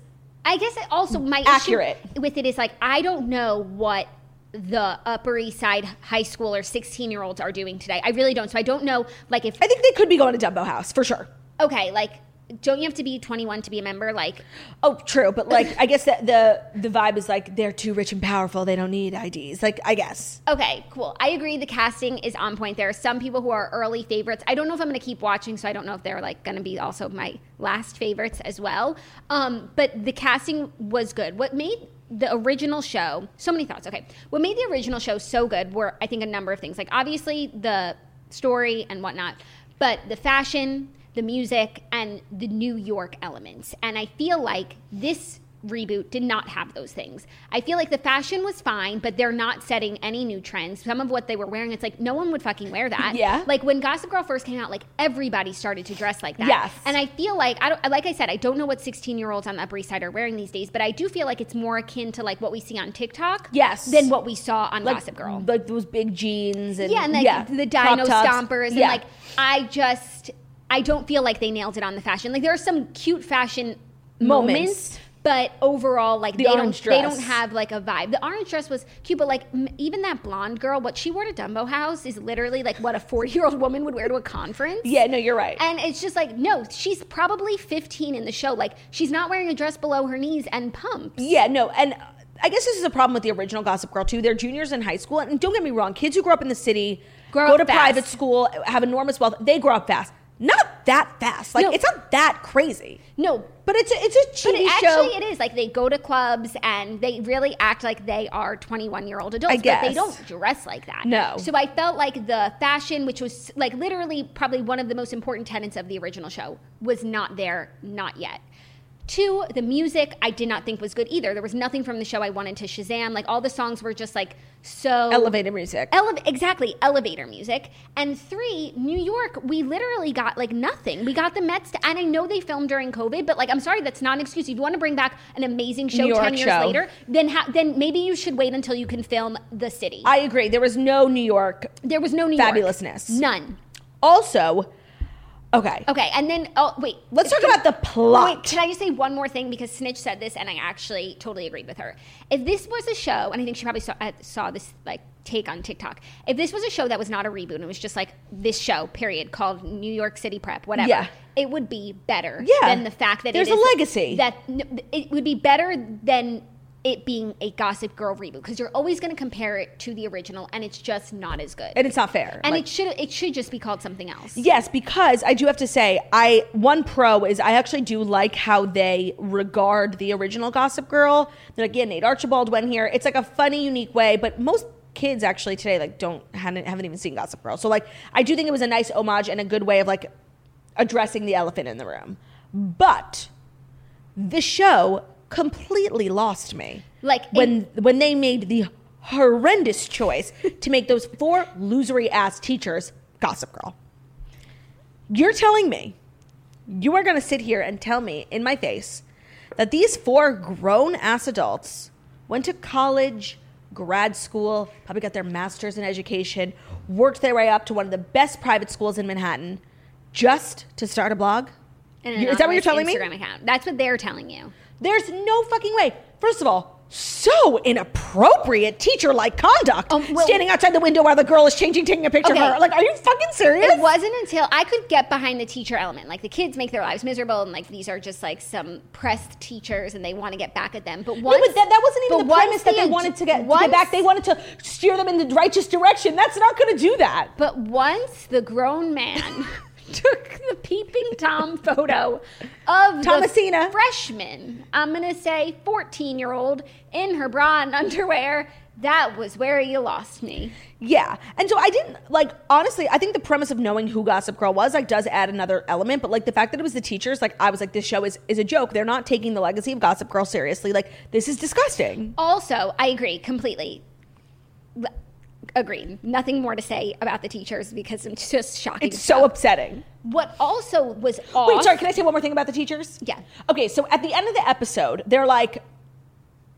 I guess it also my
Accurate.
issue with it is like I don't know what the Upper East Side high school or 16 year olds are doing today. I really don't. So I don't know like if
I think they could be going to Dumbo House for sure.
okay, like don't you have to be 21 to be a member? Like
Oh, true, but like I guess that the the vibe is like they're too rich and powerful. They don't need IDs. Like I guess.
Okay, cool. I agree. The casting is on point. There are some people who are early favorites. I don't know if I'm going to keep watching, so I don't know if they're like going to be also my last favorites as well. Um, but the casting was good. What made the original show so many thoughts? Okay, what made the original show so good were I think a number of things. Like obviously the story and whatnot, but the fashion, the music, and the New York elements. And I feel like this reboot did not have those things. I feel like the fashion was fine, but they're not setting any new trends. Some of what they were wearing, it's like no one would fucking wear that.
Yeah.
Like when Gossip Girl first came out, like everybody started to dress like that.
Yes.
And I feel like I don't like I said, I don't know what sixteen year olds on the Upper East Side are wearing these days, but I do feel like it's more akin to like what we see on TikTok
Yes.
than what we saw on
Like,
Gossip Girl.
Like those big jeans and
Oh. Yeah, and like the dino stompers
Yeah.
and like I just I don't feel like they nailed it on the fashion. Like there are some cute fashion moments,
Moments.
but overall like
The
they don't
orange
they don't
dress.
have like a vibe. The orange dress was cute, but like m- even that blonde girl, what she wore to Dumbo House is literally like what a 40-year-old woman would wear to a conference.
Yeah, no, you're right.
And it's just like no, she's probably 15 in the show. Like she's not wearing a dress below her knees and pumps.
yeah, no, and I guess this is a problem with the original Gossip Girl too. They're juniors in high school, and don't get me wrong, kids who grow up in the city
Grow
go
up
to
fast.
private school, have enormous wealth. They grow up fast. Not that fast. Like
No.
it's not that crazy.
No,
But it's a, it's a
But
TV
it,
show.
actually, it is like they go to clubs and they really act like they are 21 year old adults, but
guess.
they don't dress like that.
No.
So I felt like the fashion, which was like literally probably one of the most important tenets of the original show, was not there, not yet. Two, the music I did not think was good either. There was nothing from the show I wanted to Shazam. Like all the songs were just like so
Elevated music.
Ele- exactly, elevator music. And three, New York, we literally got like nothing. We got the Mets, to, and I know they filmed during COVID, but like, I'm sorry, that's not an excuse. If you want to bring back an amazing show
New
10
York
years
show.
later, then ha- then maybe you should wait until you can film The City.
I agree. There was no New York.
there was no New
Fabulousness.
York. None.
Also, okay.
Okay, and then, oh, wait.
Let's talk about the plot.
Wait, can I just say one more thing? Because Snitch said this, and I actually totally agreed with her. If this was a show, and I think she probably saw, uh, saw this like take on TikTok. If this was a show that was not a reboot, and it was just like this show, period, called New York City Prep, whatever.
Yeah.
It would be better
Yeah.
than the fact that it
There's a
is-
legacy.
that n- it would be better than it being a Gossip Girl reboot because you're always going to compare it to the original, and it's just not as good.
and it's not fair.
and
Like-
it should it should just be called something else.
Yes, because I do have to say, I one pro is I actually do like how they regard the original Gossip Girl. They're like, yeah, Nate Archibald went here. It's like a funny, unique way, but most kids actually today like don't haven't, haven't even seen Gossip Girl. So like, I do think it was a nice homage and a good way of like addressing the elephant in the room. But the show completely lost me.
Like,
when when they made the horrendous choice to make those four losery ass teachers Gossip Girl. You're telling me you are going to sit here and tell me in my face that these four grown ass adults went to college, grad school, probably got their master's in education, worked their way up to one of the best private schools in Manhattan just to start a blog?
An
Is that what you're
anonymous
telling me?
Instagram account. That's what they're telling you.
There's no fucking way. First of all, so inappropriate teacher like conduct.
Um, well-
standing outside the window while the girl is changing, taking a picture
Okay.
of her. Like, are you fucking serious?
It wasn't until I could get behind the teacher element. Like the kids make their lives miserable, and like these are just like some pressed teachers, and they want to get back at them. But once,
no, but that, that wasn't
but
even the
once
premise that
the
they
ad-
wanted to get, to
once-
get back. They wanted to steer them in the righteous direction. That's not going to do that.
But once the grown man took the peeping tom photo of
Thomasina.
the freshman, I'm gonna say 14 year old in her bra and underwear. That was where you lost me.
Yeah. And so I didn't like honestly, I think the premise of knowing who Gossip Girl was like does add another element, but like the fact that it was the teachers, like I was like this show is is a joke. They're not taking the legacy of Gossip Girl seriously. Like this is disgusting.
Also, I agree completely. L- Agreed. Nothing more to say about the teachers because it's just shocking.
It's so upsetting.
What also was off.
Wait, sorry, can I say one more thing about the teachers?
Yeah.
Okay, so at the end of the episode, they're like,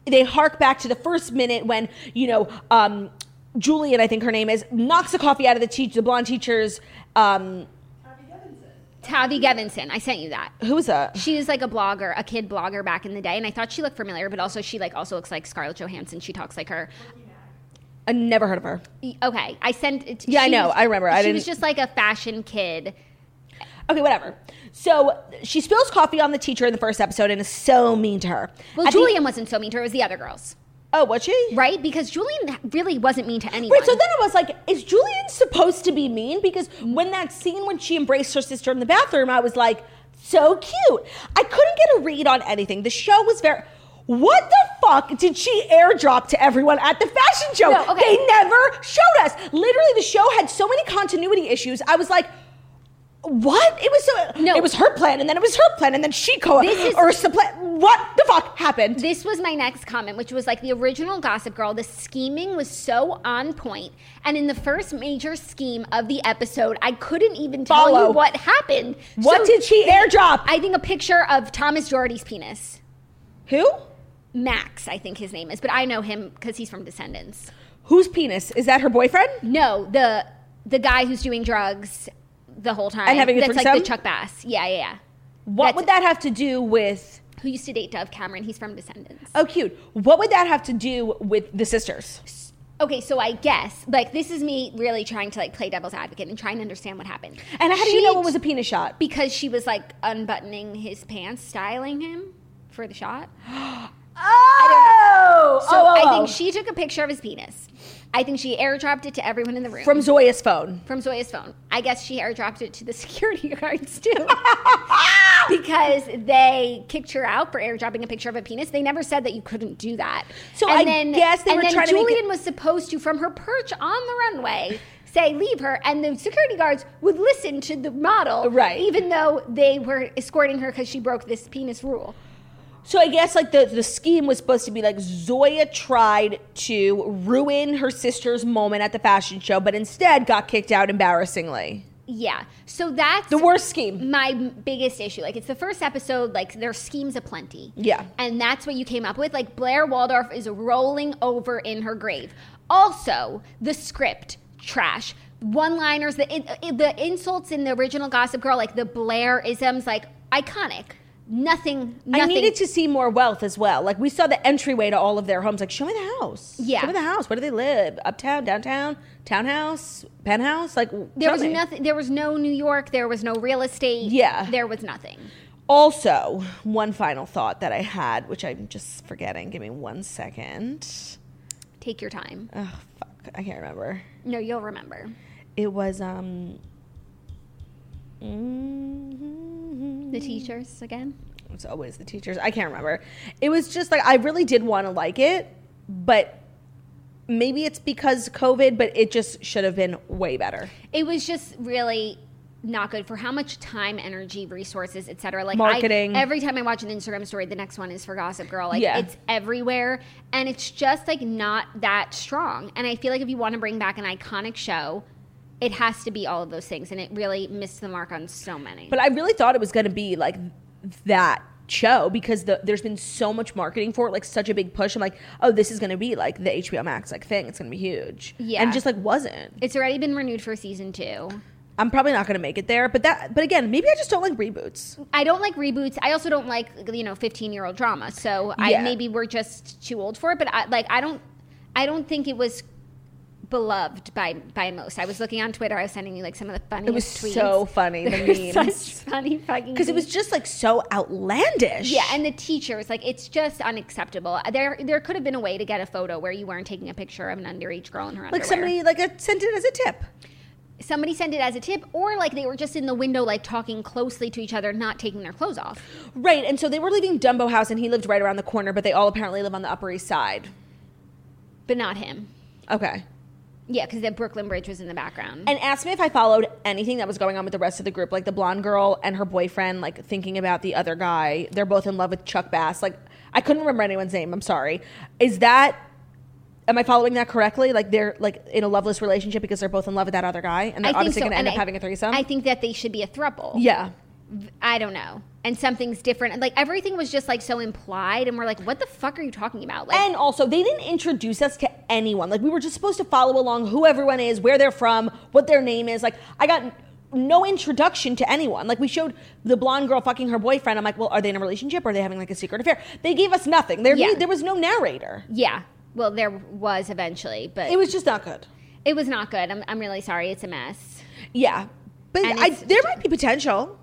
they hark back to the first minute when, you know, um, Julian, I think her name is, knocks the coffee out of the teacher, the blonde teacher's, um,
Tavi Gevinson, I sent you that.
who is that?
She was like a blogger, a kid blogger back in the day, and I thought she looked familiar, but also she like also looks like Scarlett Johansson. She talks like her.
I never heard of her.
E- Okay, I sent. It,
Yeah, I
she
know,
was-
I remember, I
she was
didn't-
just like a fashion kid.
Okay, whatever. So she spills coffee on the teacher in the first episode and is so mean to her.
Well,
At the- e-,
Julian wasn't so mean to her; it was the other girls,
oh, was she?
right? Because Julian really wasn't mean to anyone.
Right, so then it was like, is Julian supposed to be mean? Because when that scene when she embraced her sister in the bathroom, I was like, so cute. I couldn't get a read on anything. The show was very. What the fuck did she airdrop to everyone at the fashion show?
No, okay.
They never showed us. Literally, the show had so many continuity issues. I was like, what? It was so.
No.
It was her plan, and then it was her plan, and then she co.
This is-
or is the plan. What the fuck happened?
This was my next comment, which was like the original Gossip Girl. The scheming was so on point, and in the first major scheme of the episode, I couldn't even tell
Follow.
you what happened.
What
So
did she airdrop?
I think a picture of Thomas Doherty's penis.
Who?
Max, I think his name is, but I know him because he's from Descendants.
Whose penis? Is that her boyfriend?
No, the the guy who's doing drugs the whole time
And having a
that's like
threesome?
the Chuck Bass. Yeah, yeah, yeah.
What
That's
would
it.
that have to do with?
Who used to date Dove Cameron? He's from Descendants.
Oh, cute. What would that have to do with the sisters?
Okay, so I guess like this is me really trying to like play devil's advocate and try and understand what happened.
And how do you
She-
know it was a penis shot?
Because she was like unbuttoning his pants, styling him for the shot.
Oh,
So I think she took a picture of his penis. I think she airdropped it to everyone in the room.
from Zoya's phone.
from Zoya's phone. I guess she airdropped it to the security guards too. because they kicked her out for airdropping a picture of a penis. They never said that you couldn't do that.
So I guess they
and
were
then
trying to make
Julian
it-
was supposed to, from her perch on the runway, say leave her, and the security guards would listen to the model,
Right.
Even though they were escorting her because she broke this penis rule.
So I guess like the the scheme was supposed to be like Zoya tried to ruin her sister's moment at the fashion show, but instead got kicked out embarrassingly.
Yeah. So that's
The worst scheme.
my biggest issue. Like it's the first episode, like their schemes aplenty.
Yeah.
And that's what you came up with. Like Blair Waldorf is rolling over in her grave. Also, the script, trash. One liners, the, in- uh, the insults in the original Gossip Girl, like the Blair isms, like iconic. Nothing, nothing.
I needed to see more wealth as well. Like we saw the entryway to all of their homes. Like show me the house.
Yeah.
show me the house. Where do they live? Uptown, downtown, townhouse, penthouse. Like
there
show
was
me.
nothing. There was no New York. There was no real estate.
Yeah.
There was nothing.
Also, one final thought that I had, which I'm just forgetting. Give me one second.
Take your time.
Oh fuck, I can't remember.
No, you'll remember.
It was um. mhm.
The teachers again.
It's always the teachers. I can't remember. It was just like I really did want to like it, but maybe it's because COVID. But it just should have been way better.
it was just really not good for how much time, energy, resources, etc. Like I-
Marketing.
every time I watch an Instagram story, the next one is for Gossip Girl. Like
Yeah.
it's everywhere, and it's just like not that strong. And I feel like if you want to bring back an iconic show, it has to be all of those things, and it really missed the mark on so many.
But I really thought it was going to be like that show because the, there's been so much marketing for it, like such a big push. I'm like, oh, this is going to be like the HBO Max like thing. It's going to be huge.
Yeah.
and it just like wasn't.
it's already been renewed for season two.
I'm probably not going to make it there. But that, but again, maybe I just don't like reboots.
I don't like reboots. I also don't like you know 15 year old drama. So I
Yeah.
maybe we're just too old for it. But I, like I don't, I don't think it was beloved by by most. I was looking on Twitter. I was sending you like some of the funniest.
It was
tweets.
so funny
They
the
were
memes
such funny fucking.
because it was
memes.
just like so outlandish.
Yeah, and the teachers, like it's just unacceptable. There, there could have been a way to get a photo where you weren't taking a picture of an underage girl in her
like
underwear.
somebody like a, sent it as a tip.
somebody sent it as a tip, or like they were just in the window, like talking closely to each other, not taking their clothes off.
Right, and so they were leaving Dumbo House, and he lived right around the corner. But they all apparently live on the Upper East Side.
But not him.
Okay.
Yeah, because the Brooklyn Bridge was in the background.
And asked me if I followed anything that was going on with the rest of the group, like the blonde girl and her boyfriend, like thinking about the other guy. They're both in love with Chuck Bass. Like I couldn't remember anyone's name. I'm sorry. Is that? Am I following that correctly? Like they're like in a loveless relationship because they're both in love with that other guy, and they're obviously going to
and
end up
I-
having a threesome.
I think that they should be a throuple.
yeah.
I don't know. And something's different. Like everything was just like so implied, and we're like, what the fuck are you talking about? Like,
And also, they didn't introduce us to anyone. Like, we were just supposed to follow along who everyone is, where they're from, what their name is. Like, I got n- no introduction to anyone. Like, we showed the blonde girl fucking her boyfriend. I'm like, well, are they in a relationship? Are they having like a secret affair? They gave us nothing. There,
Yeah.
there was no narrator.
yeah. Well, there was eventually, but
It was just not good.
it was not good. I'm, I'm really sorry. It's a mess.
Yeah, but
And
I,
it's-
there might be potential.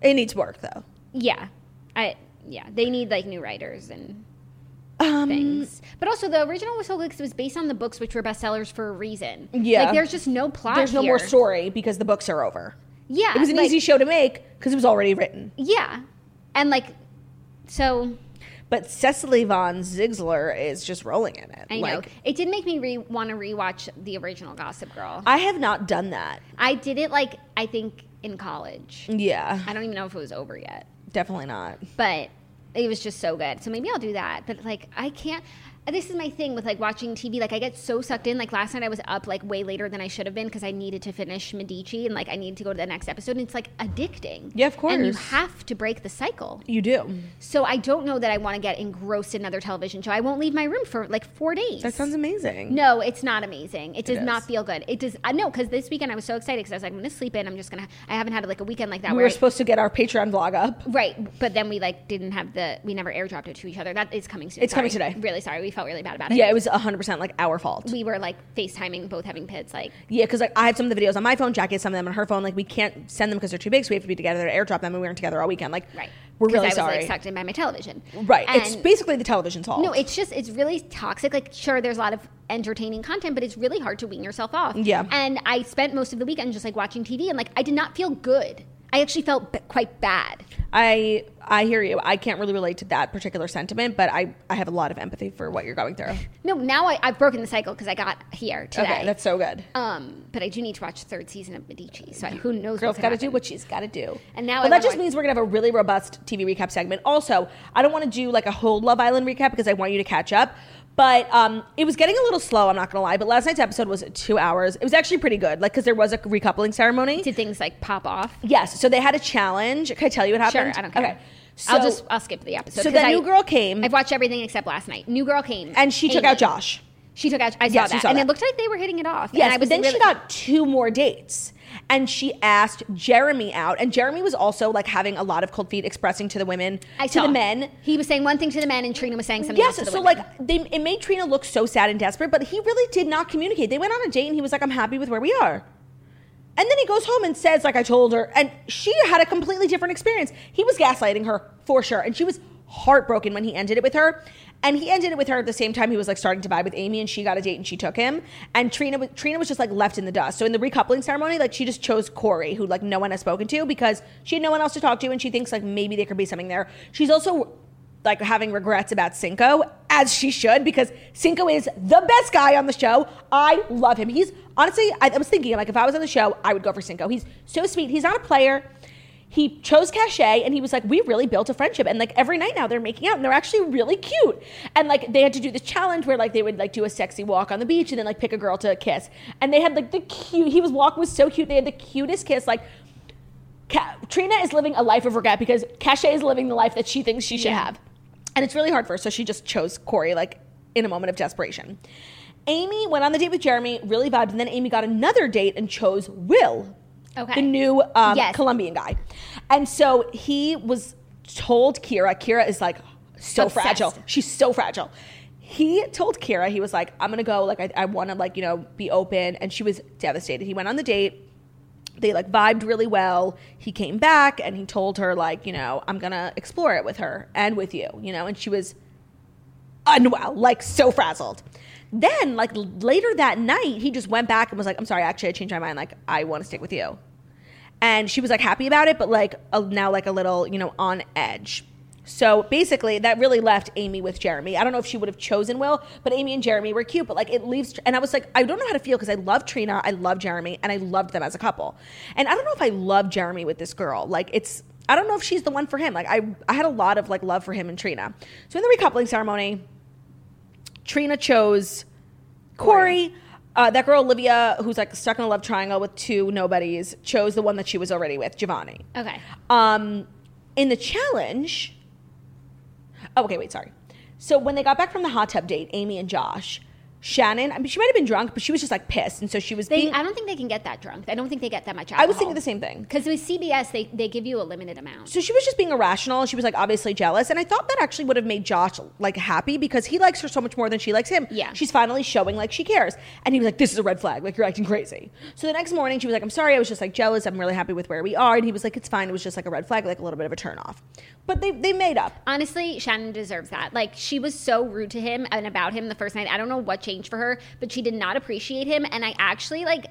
It needs work though.
Yeah. I yeah. They need like new writers and
Um,
things. But also, the original was so good 'cause it was based on the books, which were bestsellers for a reason.
Yeah.
Like, there's just no plot.
There's no more
here.
story because the books are over.
Yeah.
It was an
like-
easy show to make because it was already written.
Yeah. And like, so
But Cecily Von Ziegler is just rolling in it.
I know. It did make me re- want to rewatch the original Gossip Girl. I,
I have not done that.
did it like I think in college.
Yeah,
I don't even know if it was over yet,
definitely not.
but it was just so good. So maybe I'll do that. But like I can't. This is my thing with like watching TV. Like I get so sucked in. Like last night I was up like way later than I should have been because I needed to finish Medici and like I needed to go to the next episode. And it's like addicting.
Yeah, of
And you
course.
have to break the cycle.
You do.
So I don't know that I want to get engrossed in another television show. I won't leave my room for like four days.
That sounds amazing.
No, it's not amazing. It does
is.
not feel good. It does. I know because this weekend I was so excited because I was like, I'm gonna sleep in. I'm just gonna. I haven't had like a weekend like that.
we
where
were
I-
supposed to get our Patreon vlog up.
right, but then we like didn't have the. We never airdropped it to each other. That is coming soon.
It's coming
Sorry.
today.
Really sorry. We felt really bad about it.
Yeah, it was 100% like our fault.
we were like FaceTiming, both having pits. Like,
Yeah, because like I have some of the videos on my phone, Jackie has some of them on her phone. Like we can't send them because they're too big, so we have to be together to airdrop them, and we weren't together all weekend. Like
right.
we're
'Cause
really
I was,
sorry.
Like, sucked in by my television.
right, it's
And-
basically the television's fault.
No, it's just it's really toxic. Like, sure, there's a lot of entertaining content, but it's really hard to wean yourself off.
Yeah.
And I spent most of the weekend just like watching TV, and like I did not feel good. I actually felt b- quite bad.
I I hear you. I can't really relate to that particular sentiment, but I I have a lot of empathy for what you're going through.
No, now I, I've broken the cycle because I got here today.
Okay, that's so good.
um, but I do need to watch the third season of Medici. So I, who knows?
Girl's
could
got to do
happen.
what she's got to do.
And now I
but that
wanna
just
watch-
means we're gonna have a really robust TV recap segment. Also, I don't want to do like a whole Love Island recap because I want you to catch up. But um, it was getting a little slow. I'm not gonna lie. But last night's episode was two hours. It was actually pretty good. Like because there was a recoupling ceremony.
Did things like pop off?
Yes. So they had a challenge. Can I tell you what
Sure,
happened?
I don't care.
Okay. So,
I'll just I'll skip the episode.
So
'cause
the
I-
new girl came-
I've watched everything except last night. New girl came
and she took
Amy.
out Josh.
She took out. I saw
Yes, you
that,
saw
and
that.
it looked like they were hitting it off.
Yes.
and I
but then she
really-
got two more dates, and she asked Jeremy out, and Jeremy was also like having a lot of cold feet, expressing to the women,
I
to
saw.
the men.
He was saying one thing to the men, and Trina was saying something.
Yes,
else to the
so
women.
like they, it made Trina look so sad and desperate, but he really did not communicate. They went on a date, and he was like, "I'm happy with where we are," and then he goes home and says, "Like I told her," and she had a completely different experience. He was gaslighting her for sure, and she was heartbroken when he ended it with her. And he ended it with her at the same time he was like starting to vibe with Amy, and she got a date and she took him. And Trina, was- Trina was just like left in the dust. So in the recoupling ceremony, like she just chose Corey, who like no one has spoken to because she had no one else to talk to, and she thinks like maybe there could be something there. She's also like having regrets about Cinco, as she should, because Cinco is the best guy on the show. I love him. He's honestly, I, I was thinking, like, if I was on the show, I would go for Cinco. He's so sweet. He's not a player. He chose Cachet and he was like, We really built a friendship. And like every night now they're making out and they're actually really cute. And like they had to do this challenge where like they would like do a sexy walk on the beach and then like pick a girl to kiss. And they had like the cute, he was walk was so cute. They had the cutest kiss. Like Ca- Trina is living a life of regret because Cachet is living the life that she thinks she should have. And it's really hard for her, so she just chose Corey, like, in a moment of desperation. Amy went on the date with Jeremy, really vibed, and then Amy got another date and chose Will,
Okay.
the new um,
Yes.
Colombian guy. And so he was told Kira, Kira is like so
Obsessed.
fragile. She's so fragile. He told Kira, he was like, I'm gonna go, like, I, I wanna, like, you know, be open. And she was devastated. He went on the date they like vibed really well. He came back and he told her like, you know, I'm going to explore it with her and with you, you know, and she was unwell, like so frazzled. Then like l- later that night, he just went back and was like, I'm sorry, actually I changed my mind. Like I want to stick with you. And she was like happy about it, but like a, now like a little, you know, on edge. So basically, that really left Amy with Jeremy. I don't know if she would have chosen Will, but Amy and Jeremy were cute. But like, it leaves, and I was like, I don't know how to feel because I love Trina, I love Jeremy, and I loved them as a couple. And I don't know if I love Jeremy with this girl. Like, it's I don't know if she's the one for him. Like, I I had a lot of like love for him and Trina. So in the recoupling ceremony, Trina chose Corey. Uh, that girl Olivia, who's like stuck in a love triangle with two nobodies, chose the one that she was already with, Giovanni.
okay.
Um, in the challenge, oh, okay, wait, sorry. So when they got back from the hot tub date, Amy and Josh, Shannon, I mean, she might have been drunk, but she was just like pissed, and so she was.
They,
being,
I don't think they can get that drunk. I don't think they get that much alcohol.
I was thinking the same thing.
because with CBS they, they give you a limited amount.
So she was just being irrational. She was like obviously jealous, and I thought that actually would have made Josh like happy because he likes her so much more than she likes him.
Yeah.
she's finally showing like she cares, and he was like, "This is a red flag. Like you're acting crazy." So the next morning, she was like, "I'm sorry. I was just like jealous. I'm really happy with where we are." And he was like, "It's fine. It was just like a red flag, like a little bit of a turn off." But they they made up.
Honestly, Shannon deserves that. Like she was so rude to him and about him the first night. I don't know what changed for her, but she did not appreciate him, and I actually like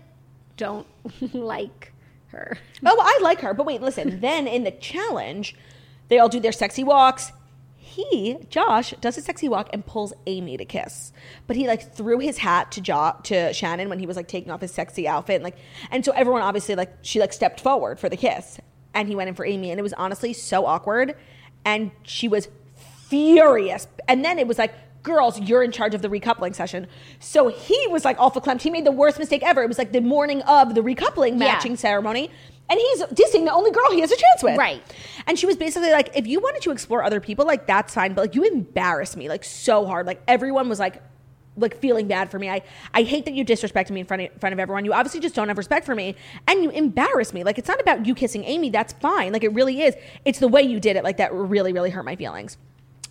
don't like her.
Oh, I like her. But wait, listen. then in the challenge, they all do their sexy walks. He, Josh, does a sexy walk and pulls Amy to kiss. But he like threw his hat to jo- to Shannon when he was like taking off his sexy outfit and like and so everyone obviously like she like stepped forward for the kiss and he went in for Amy and it was honestly so awkward and she was furious. And then it was like, girls, you're in charge of the recoupling session. So he was like awful clamped. He made the worst mistake ever. It was like the morning of the recoupling matching ceremony. And he's dissing the only girl he has a chance with.
Right.
And she was basically like, if you wanted to explore other people, like that's fine. But like you embarrassed me like so hard. Like everyone was like like feeling bad for me. I, I hate that you disrespected me in front of, in front of everyone. You obviously just don't have respect for me and you embarrass me. Like it's not about you kissing Amy. That's fine. Like it really is. It's the way you did it. Like that really, really hurt my feelings.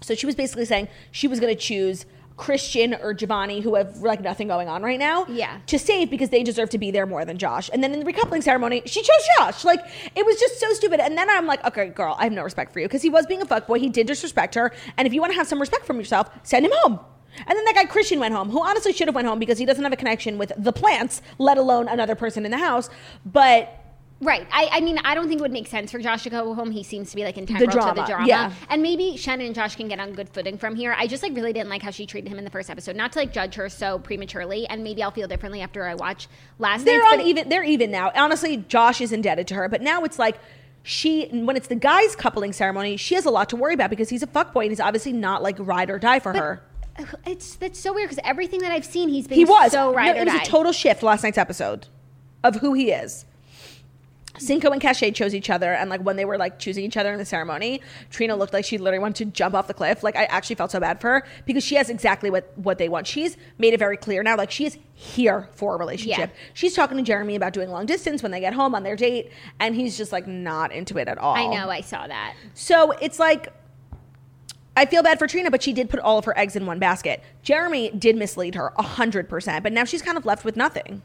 So she was basically saying she was going to choose Christian or Giovanni, who have like nothing going on right now,
Yeah.
to save because they deserve to be there more than Josh. And then in the recoupling ceremony, she chose Josh. Like it was just so stupid. And then I'm like, okay, girl, I have no respect for you because he was being a fuckboy. He did disrespect her. And if you want to have some respect from yourself, send him home. And then that guy Christian went home, who honestly should have went home because he doesn't have a connection with the plants, let alone another person in the house. But
Right. I, I mean, I don't think it would make sense for Josh to go home. He seems to be like integral to
drama,
the drama.
yeah.
And maybe Shannon and Josh can get on good footing from here. I just like really didn't like how she treated him in the first episode. Not to like judge her so prematurely, and maybe I'll feel differently after I watch last
they're
night's,
on
but-
even they're even now honestly josh is indebted to her but now it's like she when it's the guys coupling ceremony she has a lot to worry about because he's a fuckboy and he's obviously not like ride or die for her
It's that's so weird because everything that I've seen, he's been
he was
so right.
no, it was a total shift last night's episode of who he is Cinco and Cachet chose each other, and like when they were like choosing each other in the ceremony, Trina looked like she literally wanted to jump off the cliff. Like I actually felt so bad for her because she has exactly what what they want. She's made it very clear now. Like she is here for a relationship.
Yeah.
She's talking to Jeremy about doing long distance when they get home on their date, and he's just like not into it at all.
I know. I saw that.
So it's like, I feel bad for Trina, but she did put all of her eggs in one basket. Jeremy did mislead her 100%, but now she's kind of left with nothing.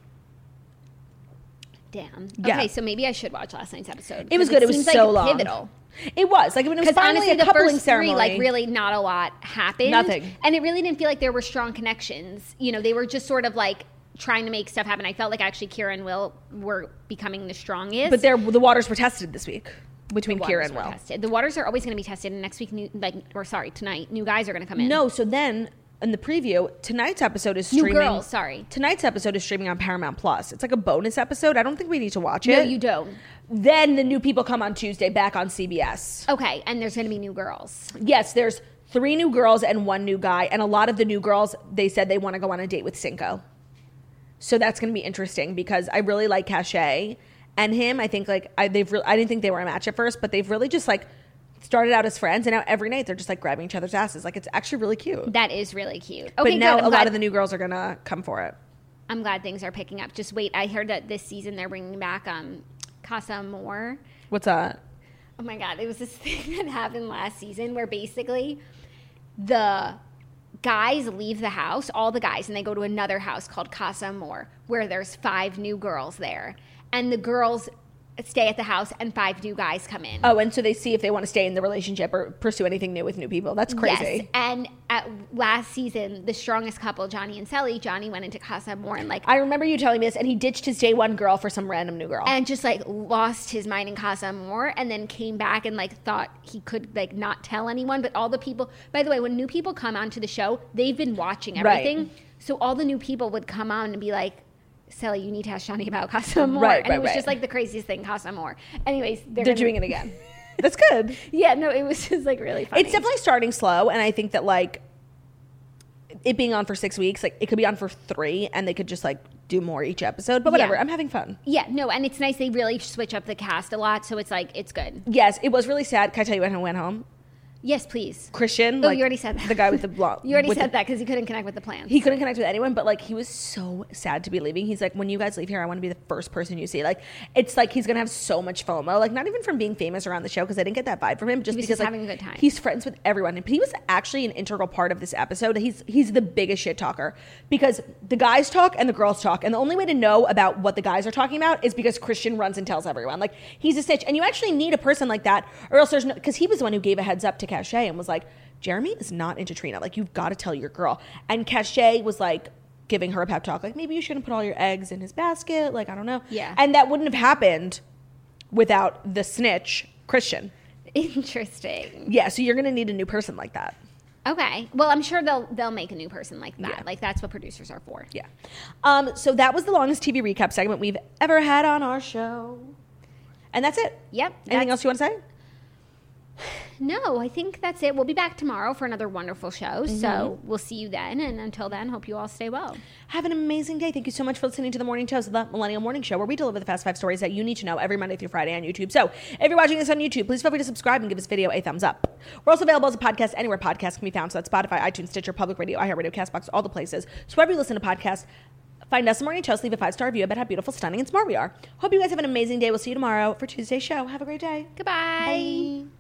Damn.
Yeah.
Okay, so maybe I should watch last night's episode.
It was
'cause
good. It, was
seems,
so
like,
long.
Pivotal.
It was. Like, when it was
Because
finally
honestly,
a
the
coupling
first
ceremony.
three, like, really not a lot happened.
Nothing.
And it really didn't feel like there were strong connections. You know, they were just sort of like trying to make stuff happen. I felt like actually Kira and Will were becoming the strongest.
But there, the waters were tested this week between
The
Kira
waters
and
were
Will.
tested. The waters are always going to be tested, and next week, new, like, or sorry, tonight, new guys are going to come in.
No, so then in the preview, tonight's episode is
New
streaming.
Girls, sorry.
Tonight's episode is streaming on Paramount Plus. It's like a bonus episode. I don't think we need to watch it.
no, you don't.
Then the new people come on Tuesday back on CBS.
Okay, and there's going to be new girls.
Yes, there's three new girls and one new guy, and a lot of the new girls they said they want to go on a date with Cinco. So that's going to be interesting because I really like Cachet and him. I think like I they've re- I didn't think they were a match at first, but they've really just like started out as friends, and now every night they're just like grabbing each other's asses. Like it's actually really cute.
That is really cute. Okay,
but now
good. I'm
a lot
glad-
of the new girls are gonna come for it.
I'm glad things are picking up. Just wait. I heard that this season they're bringing back um, Casa Amor.
What's that?
Oh my God. It was this thing that happened last season where basically the guys leave the house, all the guys, and they go to another house called Casa Amor where there's five new girls there. And the girls stay at the house and five new guys come in.
Oh, and so they see if they want to stay in the relationship or pursue anything new with new people. That's
Yes,
crazy.
and at last season, the strongest couple, Johnny and Sally, Johnny went into Casa Amor and like
I remember you telling me this, and he ditched his day one girl for some random new girl.
and just like lost his mind in Casa Amor and then came back and like thought he could like not tell anyone. But all the people, by the way, when new people come onto the show, they've been watching
Right.
everything. So all the new people would come on and be like, Sally, you need to ask Johnny about Casa Amor.
Right,
and
right,
it was
right.
just like the craziest thing, Casa Amor. Anyways,
they're
gonna-
doing it again. That's good.
Yeah, no, it was just like really funny.
It's definitely starting slow, and I think that like it being on for six weeks, like it could be on for three, and they could just like do more each episode. But whatever,
Yeah.
I'm having fun.
Yeah, no, and it's nice. They really switch up the cast a lot. So it's like, it's good.
Yes, it was really sad. Can I tell you when I went home?
Yes, please.
Christian,
Oh,
like,
you already said that.
The guy with the blonde.
You already
with
said
the-
that because he couldn't connect with the plans.
He couldn't connect with anyone, but like he was so sad to be leaving. He's like, when you guys leave here, I want to be the first person you see. Like, it's like he's gonna have so much FOMO. Like, not even from being famous around the show because I didn't get that vibe from him. Just
was
because
just
like,
having a good time.
he's friends with everyone, but he was actually an integral part of this episode. He's he's the biggest shit talker because the guys talk and the girls talk, and the only way to know about what the guys are talking about is because Christian runs and tells everyone. Like, he's a snitch, and you actually need a person like that, or else there's no because he was the one who gave a heads up to Cachet and was like. Jeremy is not into Trina. Like, you've got to tell your girl. And Cachet was like giving her a pep talk, like, maybe you shouldn't put all your eggs in his basket. Like, I don't know.
Yeah.
And that wouldn't have happened without the snitch, Christian.
Interesting.
Yeah. So you're going to need a new person like that.
Okay. Well, I'm sure they'll they'll make a new person like that.
Yeah.
Like that's what producers are for.
Yeah. Um, so that was the longest TV recap segment we've ever had on our show. And that's it.
Yep.
Anything
that's-
else you want to say?
No, I think that's it. We'll be back tomorrow for another wonderful show. So
Mm-hmm.
we'll see you then. And until then, hope you all stay well.
Have an amazing day. Thank you so much for listening to the morning shows, the Millennial Morning Show, where we deliver the fast five stories that you need to know every Monday through Friday on YouTube. So if you're watching this on YouTube, please feel free to subscribe and give this video a thumbs up. We're also available as a podcast anywhere podcasts can be found. So that's Spotify, iTunes, Stitcher, Public Radio, iHeartRadio, Castbox, all the places. So wherever you listen to podcasts, find us the morning shows, leave a five star review about how beautiful, stunning, and smart we are. Hope you guys have an amazing day. We'll see you tomorrow for Tuesday's show. Have a great day.
Goodbye.
Bye.